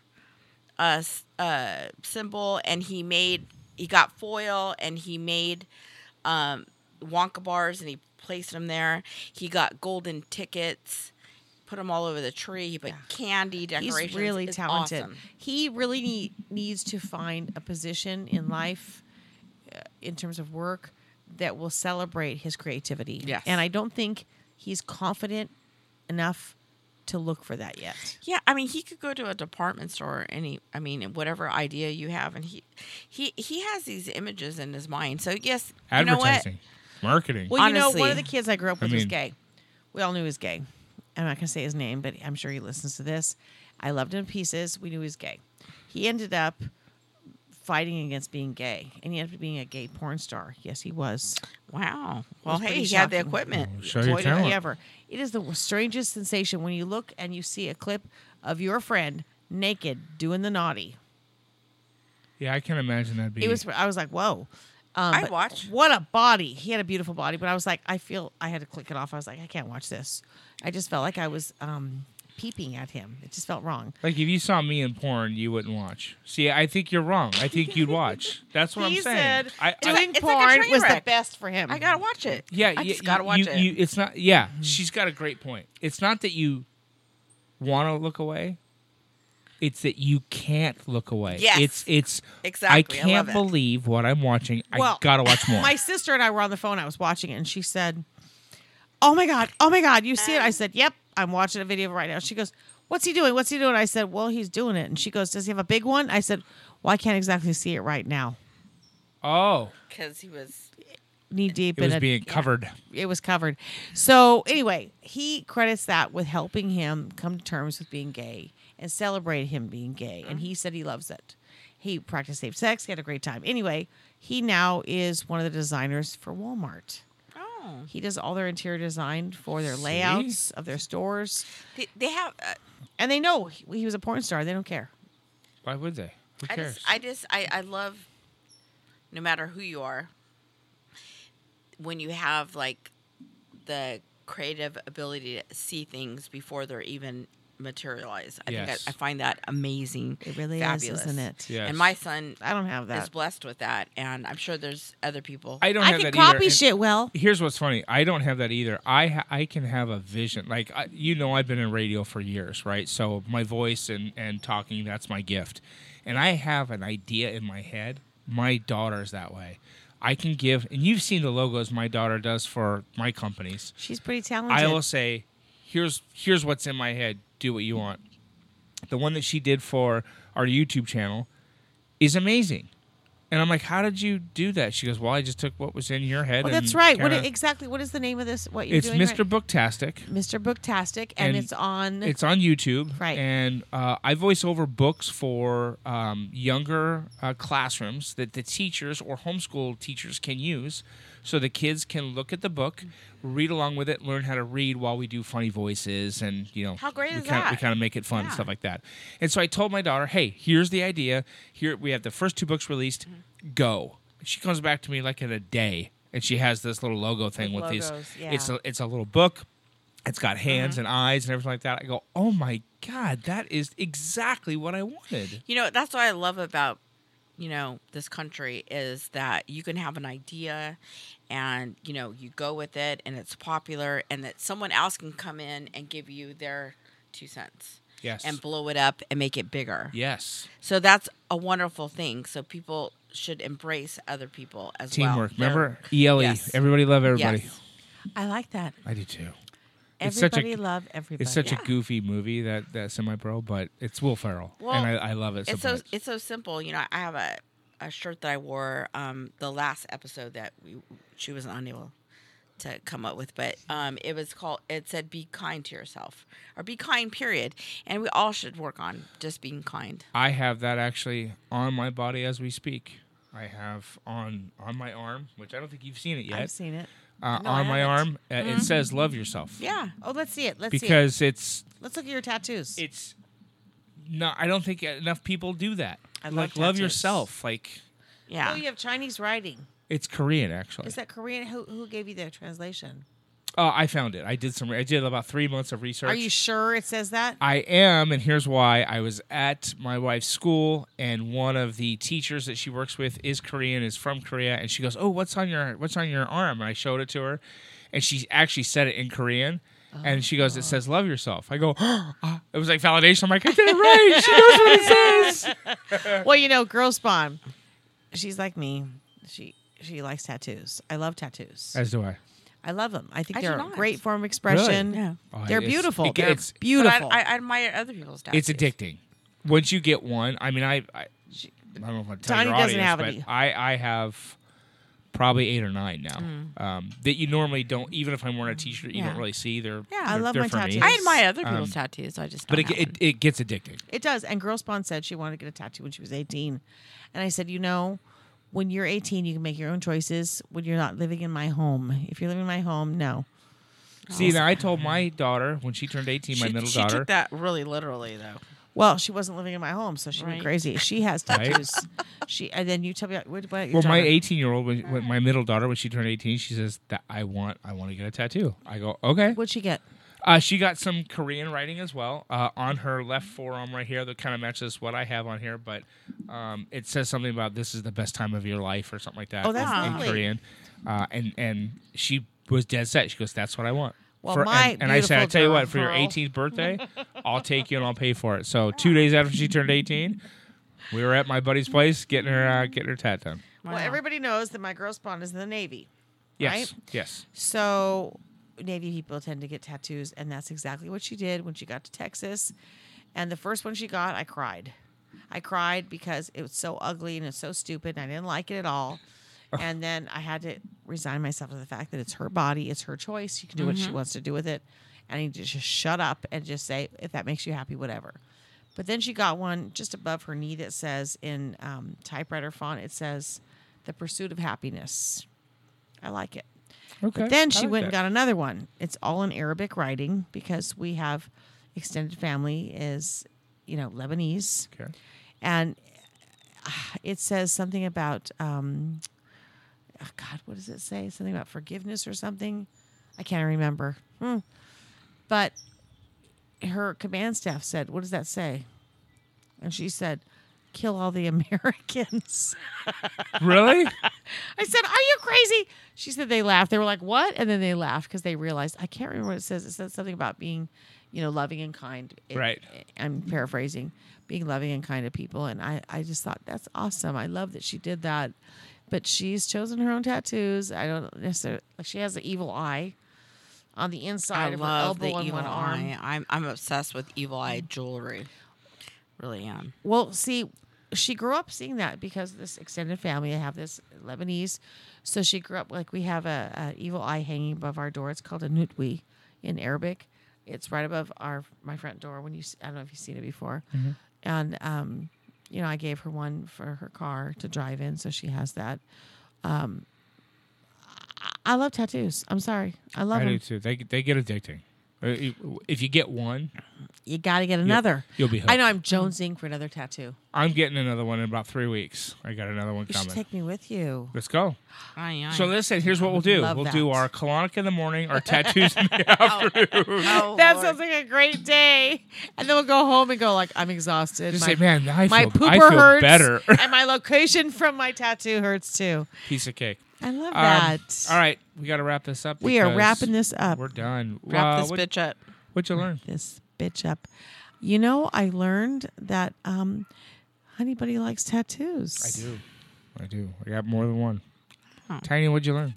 Speaker 7: uh, s- uh, symbol, and he made he got foil and he made um, Wonka bars, and he placed them there. He got golden tickets. Put them all over the tree. He put candy decorations.
Speaker 6: He's really
Speaker 7: It's
Speaker 6: talented.
Speaker 7: awesome.
Speaker 6: He really need, needs to find a position in life, uh, in terms of work, that will celebrate his creativity.
Speaker 7: Yes.
Speaker 6: And I don't think he's confident enough to look for that yet.
Speaker 7: Yeah, I mean, he could go to a department store, and he, I mean, whatever idea you have, and he, he, he has these images in his mind. So yes, you know what?
Speaker 2: Advertising, marketing.
Speaker 6: Well, you know, one of
Speaker 7: Honestly.
Speaker 6: the kids I grew up with was
Speaker 2: mean-
Speaker 6: gay. We all knew he was gay. I'm not going to say his name, but I'm sure he listens to this. I loved him to pieces. We knew he was gay. He ended up fighting against being gay, and he ended up being a gay porn star. Yes, he was.
Speaker 7: Wow. Well, hey,
Speaker 6: pretty
Speaker 7: he had the
Speaker 6: shocking.
Speaker 7: equipment.
Speaker 2: Show your
Speaker 6: Boy, did he
Speaker 2: talent.
Speaker 6: ever. It is the strangest sensation when you look and you see a clip of your friend naked doing the naughty.
Speaker 2: Yeah, I can imagine that being.
Speaker 6: It was. I was like, whoa. Um,
Speaker 7: I'd
Speaker 6: but
Speaker 7: watch.
Speaker 6: What a body! He had a beautiful body, but I was like, I feel I had to click it off. I was like, I can't watch this. I just felt like I was um, peeping at him. It just felt wrong.
Speaker 2: like if you saw me in porn, you wouldn't watch. See, I think you're wrong. I think you'd watch. That's what
Speaker 6: he
Speaker 2: I'm saying.
Speaker 6: said
Speaker 2: I, I-
Speaker 6: doing
Speaker 7: it's like
Speaker 6: porn
Speaker 7: a train
Speaker 6: was the
Speaker 7: wreck.
Speaker 6: best for him.
Speaker 7: I gotta watch it.
Speaker 2: Yeah,
Speaker 7: I
Speaker 2: yeah,
Speaker 7: just gotta
Speaker 2: you-
Speaker 7: watch
Speaker 2: you-
Speaker 7: it.
Speaker 2: you- it's not. Yeah, she's got a great point. It's not that you want to look away. It's that you can't look away.
Speaker 7: Yes.
Speaker 2: It's it's I
Speaker 7: Exactly, I love
Speaker 2: can't
Speaker 7: it.
Speaker 2: believe what I'm watching. I
Speaker 6: Well,
Speaker 2: gotta watch more.
Speaker 6: My sister and I were on the phone. I was watching it, and she said, "Oh my god! Oh my god! You see it?" I said, "Yep, I'm watching a video right now." She goes, "What's he doing? What's he doing?" I said, "Well, he's doing it." And she goes, "Does he have a big one?" I said, "Well, I can't exactly see it right now."
Speaker 2: oh,
Speaker 7: because he was.
Speaker 6: Knee deep
Speaker 2: it
Speaker 6: in
Speaker 2: was
Speaker 6: a-
Speaker 2: being covered.
Speaker 6: it was covered. So anyway, he credits that with helping him come to terms with being gay and celebrate him being gay. And he said he loves it. He practiced safe sex. He had a great time. Anyway, he now is one of the designers for Walmart.
Speaker 7: Oh,
Speaker 6: He does all their interior design for their layouts of their stores.
Speaker 7: they, they have. Uh,
Speaker 6: And they know he he was a porn star. They don't care.
Speaker 2: Why would they? Who
Speaker 7: I
Speaker 2: cares?
Speaker 7: just, I just, I, I love. No matter who you are, when you have like the creative ability to see things before they're even materialized, I
Speaker 2: Yes.
Speaker 7: think I, I find that amazing.
Speaker 6: It really
Speaker 7: fabulous.
Speaker 6: is, isn't it?
Speaker 2: Yes.
Speaker 7: And my son
Speaker 6: I don't have
Speaker 7: is
Speaker 6: that.
Speaker 7: blessed with that, and I'm sure there's other people.
Speaker 2: I don't
Speaker 6: I
Speaker 2: have
Speaker 6: can
Speaker 2: that
Speaker 6: copy
Speaker 2: either. and-
Speaker 6: shit well.
Speaker 2: here's what's funny i don't have that either i ha- i can have a vision like I, you know i've been in radio for years right so my voice and and talking that's my gift and i have an idea in my head my daughter's that way i can give and you've seen the logos my daughter does for my companies
Speaker 6: She's pretty talented.
Speaker 2: i will say here's here's what's in my head do what you want the one that she did for our youtube channel is amazing and i'm like how did you do that she goes well i just took what was in your head
Speaker 6: well,
Speaker 2: and
Speaker 6: that's right. What
Speaker 2: kinda-
Speaker 6: exactly? What is the name of this? What you're
Speaker 2: it's
Speaker 6: doing?
Speaker 2: Mr.
Speaker 6: right-
Speaker 2: Booktastic.
Speaker 6: Mr. Booktastic, and,
Speaker 2: And
Speaker 6: it's on.
Speaker 2: It's on YouTube.
Speaker 6: Right.
Speaker 2: And uh, I voice over books for um, younger uh, classrooms that the teachers or homeschool teachers can use so the kids can look at the book, read along with it, learn how to read while we do funny voices and, you know,
Speaker 7: How great
Speaker 2: we
Speaker 7: is
Speaker 2: kinda, We
Speaker 7: that?
Speaker 2: kind of make it fun and stuff like that. And so I told my daughter, hey, here's the idea. Here we have the first two books released.
Speaker 7: Mm-hmm.
Speaker 2: Go. She comes back to me like in a day. And she has this little logo thing with,
Speaker 6: With logos,
Speaker 2: these. It's
Speaker 6: yeah.
Speaker 2: a it's a little book. It's got
Speaker 7: Mm-hmm.
Speaker 2: hands and eyes and everything like that. I go, oh my god, that is exactly what I wanted.
Speaker 7: You know, that's what I love about, you know, this country is that you can have an idea and, you know, you go with it and it's popular and that someone else can come in and give you their two cents.
Speaker 2: Yes.
Speaker 7: And blow it up and make it bigger.
Speaker 2: Yes,
Speaker 7: So that's a wonderful thing. So people should embrace other people as well.
Speaker 2: teamwork.
Speaker 7: They're-
Speaker 2: Remember ELE.
Speaker 7: Yes.
Speaker 2: Everybody love everybody.
Speaker 7: Yes.
Speaker 6: I like that.
Speaker 2: I do too. It's such a-
Speaker 6: Everybody love everybody.
Speaker 2: It's such a goofy movie that that semi pro, but it's Will Ferrell,
Speaker 7: Well,
Speaker 2: and I, I love it so,
Speaker 7: it's so
Speaker 2: much.
Speaker 7: it's so simple. You know, I have a a shirt that I wore um, the last episode that we she was unable to come up with, but um, it was called. It said, "Be kind to yourself," or "Be kind." Period. And we all should work on just being kind.
Speaker 2: I have that actually on my body as we speak. I have on on my arm, which I don't think you've seen it yet.
Speaker 6: I've seen it.
Speaker 2: uh,
Speaker 7: No, I
Speaker 2: on my
Speaker 7: haven't. Mm-hmm.
Speaker 2: arm, uh, it says "Love Yourself."
Speaker 7: Yeah.
Speaker 6: Oh, let's see it. Let's see it.
Speaker 2: because it's
Speaker 6: Let's look at your tattoos.
Speaker 2: it's no. I don't think enough people do that.
Speaker 6: I love
Speaker 2: like love
Speaker 6: tattoos.
Speaker 2: yourself. Like
Speaker 7: Yeah.
Speaker 6: Oh, you have Chinese writing.
Speaker 2: it's Korean actually.
Speaker 6: Is that Korean? Who, who gave you the translation?
Speaker 2: Uh, I found it. I did some. I did about three months of research.
Speaker 6: Are you sure it says that?
Speaker 2: I am, and here's why. I was at my wife's school, and one of the teachers that she works with is Korean, is from Korea, and she goes, "Oh, what's on your what's on your arm?" And I showed it to her, and she actually said it in Korean, and she
Speaker 6: Oh.
Speaker 2: goes, "It says love yourself." I go, "Ah." "It was like validation." I'm like, "I did it right." She knows what it says. Uh,
Speaker 6: well, you know, Girl Spawn, she's like me. She she likes tattoos. I love tattoos.
Speaker 2: As do I.
Speaker 6: I love them. I think
Speaker 7: I do
Speaker 6: they're a
Speaker 7: not.
Speaker 6: great form of expression.
Speaker 7: Yeah.
Speaker 2: Oh,
Speaker 6: They're
Speaker 2: it's-
Speaker 6: beautiful.
Speaker 2: it-
Speaker 6: they're
Speaker 2: it's-
Speaker 7: But I,
Speaker 6: beautiful.
Speaker 7: I, I admire other people's tattoos.
Speaker 2: It's addicting. Once you get one, I mean, I I, I don't know if I'm telling
Speaker 6: Donnie
Speaker 2: your
Speaker 6: doesn't
Speaker 2: audience,
Speaker 6: have
Speaker 2: but
Speaker 6: any.
Speaker 2: I I have probably eight or nine now um, that you normally don't. Even if I'm wearing a T-shirt, you
Speaker 7: Mm. Yeah.
Speaker 2: don't really see. They're
Speaker 7: Yeah. I
Speaker 2: they're-
Speaker 6: love
Speaker 2: they're
Speaker 6: my
Speaker 2: for me.
Speaker 6: tattoos.
Speaker 7: I admire other
Speaker 2: Um,
Speaker 7: people's tattoos. I just. Don't
Speaker 2: But it,
Speaker 7: have
Speaker 2: it
Speaker 7: one.
Speaker 2: it gets addicting.
Speaker 6: It does. And Girl Spawn said she wanted to get a tattoo when she was 18. And I said, you know, when you're 18, you can make your own choices when you're not living in my home. If you're living in my home, no.
Speaker 2: See, now I told my daughter when she turned 18, my
Speaker 7: she,
Speaker 2: middle
Speaker 7: she
Speaker 2: daughter.
Speaker 7: took that really literally though.
Speaker 6: Well, she wasn't living in my home, so she
Speaker 7: Right.
Speaker 6: went crazy. She has
Speaker 2: Right.
Speaker 6: tattoos. She and then you tell me what, what your
Speaker 2: well, my
Speaker 6: daughter-
Speaker 2: 18 year old, when, when my middle daughter, when she turned 18, she says that I want I want to get a tattoo. I go okay.
Speaker 6: What'd she get?
Speaker 2: Uh, she got some Korean writing as well uh, on her left forearm right here that kind of matches what I have on here, but um, it says something about this is the best time of your life or something like that.
Speaker 6: Oh, that's
Speaker 2: in, in
Speaker 6: lovely.
Speaker 2: Korean. Uh, and and she was dead set. She goes, "That's what I want."
Speaker 6: Well,
Speaker 2: For-
Speaker 6: my
Speaker 2: and, and I said, "I
Speaker 6: beautiful
Speaker 2: tell you what, for your
Speaker 6: girl."
Speaker 2: 18th birthday, I'll take you and I'll pay for it." So two days after she turned 18, we were at my buddy's place getting her uh, getting her tat done.
Speaker 6: Well,
Speaker 7: Wow.
Speaker 6: everybody knows that my girl spawn is in the Navy.
Speaker 2: Yes,
Speaker 6: Right?
Speaker 2: yes.
Speaker 6: So Navy people tend to get tattoos, and that's exactly what she did when she got to Texas. And the first one she got, I cried. I cried because it was so ugly and it's so stupid, and I didn't like it at all. And then I had to resign myself to the fact that it's her body, it's her choice. She can do what she wants to do with it. And I need to just shut up and just say, if that makes you happy, whatever. But then she got one just above her knee that says, in um, typewriter font, it says, The Pursuit of Happiness. I like it.
Speaker 2: Okay.
Speaker 6: But then she went and got another one. It's all in Arabic writing because we have extended family is, you know, Lebanese.
Speaker 2: Okay.
Speaker 6: And ah, it says something about, um, oh God, what does it say? Something about forgiveness or something? I can't remember. Hmm. But her command staff said, What does that say? And she said, Kill all the Americans.
Speaker 2: Really?
Speaker 6: I said, "Are you crazy?" She said they laughed. They were like, "What?" And then they laughed because they realized I can't remember what it says. It said something about being, you know, loving and kind. It- eh,
Speaker 2: Right.
Speaker 6: I'm paraphrasing, being loving and kind to people, and I I just thought that's awesome. I love that she did that, but she's chosen her own tattoos. I don't necessarily. Like she has an evil eye on the inside
Speaker 7: I
Speaker 6: of her
Speaker 7: love
Speaker 6: elbow
Speaker 7: the
Speaker 6: and
Speaker 7: evil
Speaker 6: one arm.
Speaker 7: eye. I'm I'm obsessed with evil eye jewelry. Really am.
Speaker 6: Well, see, she grew up seeing that because this extended family, I have this Lebanese. So she grew up like we have a, a evil eye hanging above our door. It's called a nutwi in Arabic. It's right above our my front door. When you, s- I don't know if you've seen it before,
Speaker 2: Mm-hmm.
Speaker 6: and um, you know, I gave her one for her car to drive in, so she has that. Um, I I love tattoos. I'm sorry, I love
Speaker 2: I do
Speaker 6: them.
Speaker 2: too. They they get addicting. Uh, If you get one,
Speaker 6: You got to get another.
Speaker 2: you'll be
Speaker 6: I know. I'm jonesing for another tattoo.
Speaker 2: I'm getting another one in about three weeks. I got another one
Speaker 6: You should
Speaker 2: coming.
Speaker 6: take me with you.
Speaker 2: Let's go.
Speaker 7: Aye, aye.
Speaker 2: So listen, here's what we'll do.
Speaker 6: Love
Speaker 2: We'll do
Speaker 6: that.
Speaker 2: our colonic in the morning, our tattoos in the afternoon.
Speaker 7: Oh,
Speaker 6: That
Speaker 7: Lord.
Speaker 6: sounds like a great day. And then we'll go home and go like, I'm exhausted.
Speaker 2: Just
Speaker 6: my,
Speaker 2: say, man, I
Speaker 6: my
Speaker 2: feel,
Speaker 6: pooper
Speaker 2: I feel
Speaker 6: hurts,
Speaker 2: better.
Speaker 6: and my location from my tattoo hurts too.
Speaker 2: Piece of cake.
Speaker 6: I love
Speaker 2: Um,
Speaker 6: that.
Speaker 2: all right, we got to wrap this up.
Speaker 6: we are
Speaker 2: because
Speaker 6: wrapping this up.
Speaker 2: We're done.
Speaker 7: wrap
Speaker 2: Uh,
Speaker 7: this
Speaker 2: what,
Speaker 7: bitch up.
Speaker 2: What'd you learn?
Speaker 6: This bitch up. You know, I learned that um, Honey Buddy likes tattoos.
Speaker 2: I do. I do. I got more than one. Tiny, what'd you learn?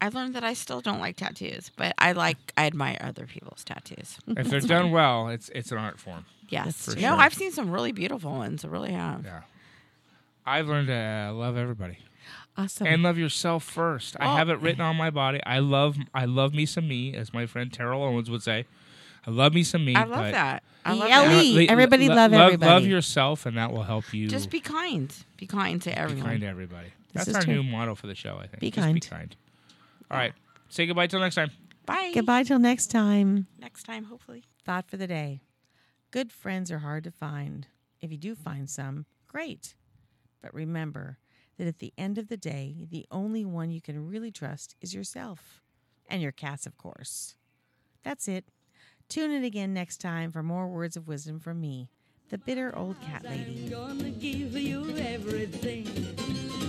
Speaker 7: I learned that I still don't like tattoos, but I like I admire other people's tattoos.
Speaker 2: If they're done well, it's it's an art form.
Speaker 7: Yes.
Speaker 2: For
Speaker 7: no,
Speaker 2: sure.
Speaker 7: I've seen some really beautiful ones. I really have.
Speaker 2: Yeah. I've learned to uh, love everybody
Speaker 6: Awesome.
Speaker 2: and love yourself first.
Speaker 6: Oh.
Speaker 2: I have it written on my body. I love, I love me some me, as my friend Terrell Owens would say. I love me some me.
Speaker 7: I love
Speaker 2: but-
Speaker 7: that. I love
Speaker 6: Yeah,
Speaker 7: that.
Speaker 6: we-
Speaker 2: le-
Speaker 6: Everybody
Speaker 2: le-
Speaker 6: love everybody.
Speaker 2: Love yourself, and that will help you.
Speaker 7: Just be kind. Be kind to
Speaker 2: Be
Speaker 7: everyone.
Speaker 2: kind to everybody.
Speaker 6: This
Speaker 2: That's
Speaker 6: is
Speaker 2: our
Speaker 6: true.
Speaker 2: new motto for the show, I think.
Speaker 6: Be
Speaker 2: Just
Speaker 6: kind.
Speaker 2: be kind. All right. Say goodbye till next time.
Speaker 7: Bye.
Speaker 6: Goodbye till next time.
Speaker 7: Next time, hopefully.
Speaker 6: Thought for the day. Good friends are hard to find. If you do find some, great. But remember that at the end of the day, the only one you can really trust is yourself and your cats, of course. That's it. Tune in again next time for more words of wisdom from me, the bitter old cat lady.
Speaker 8: I'm gonna give you everything.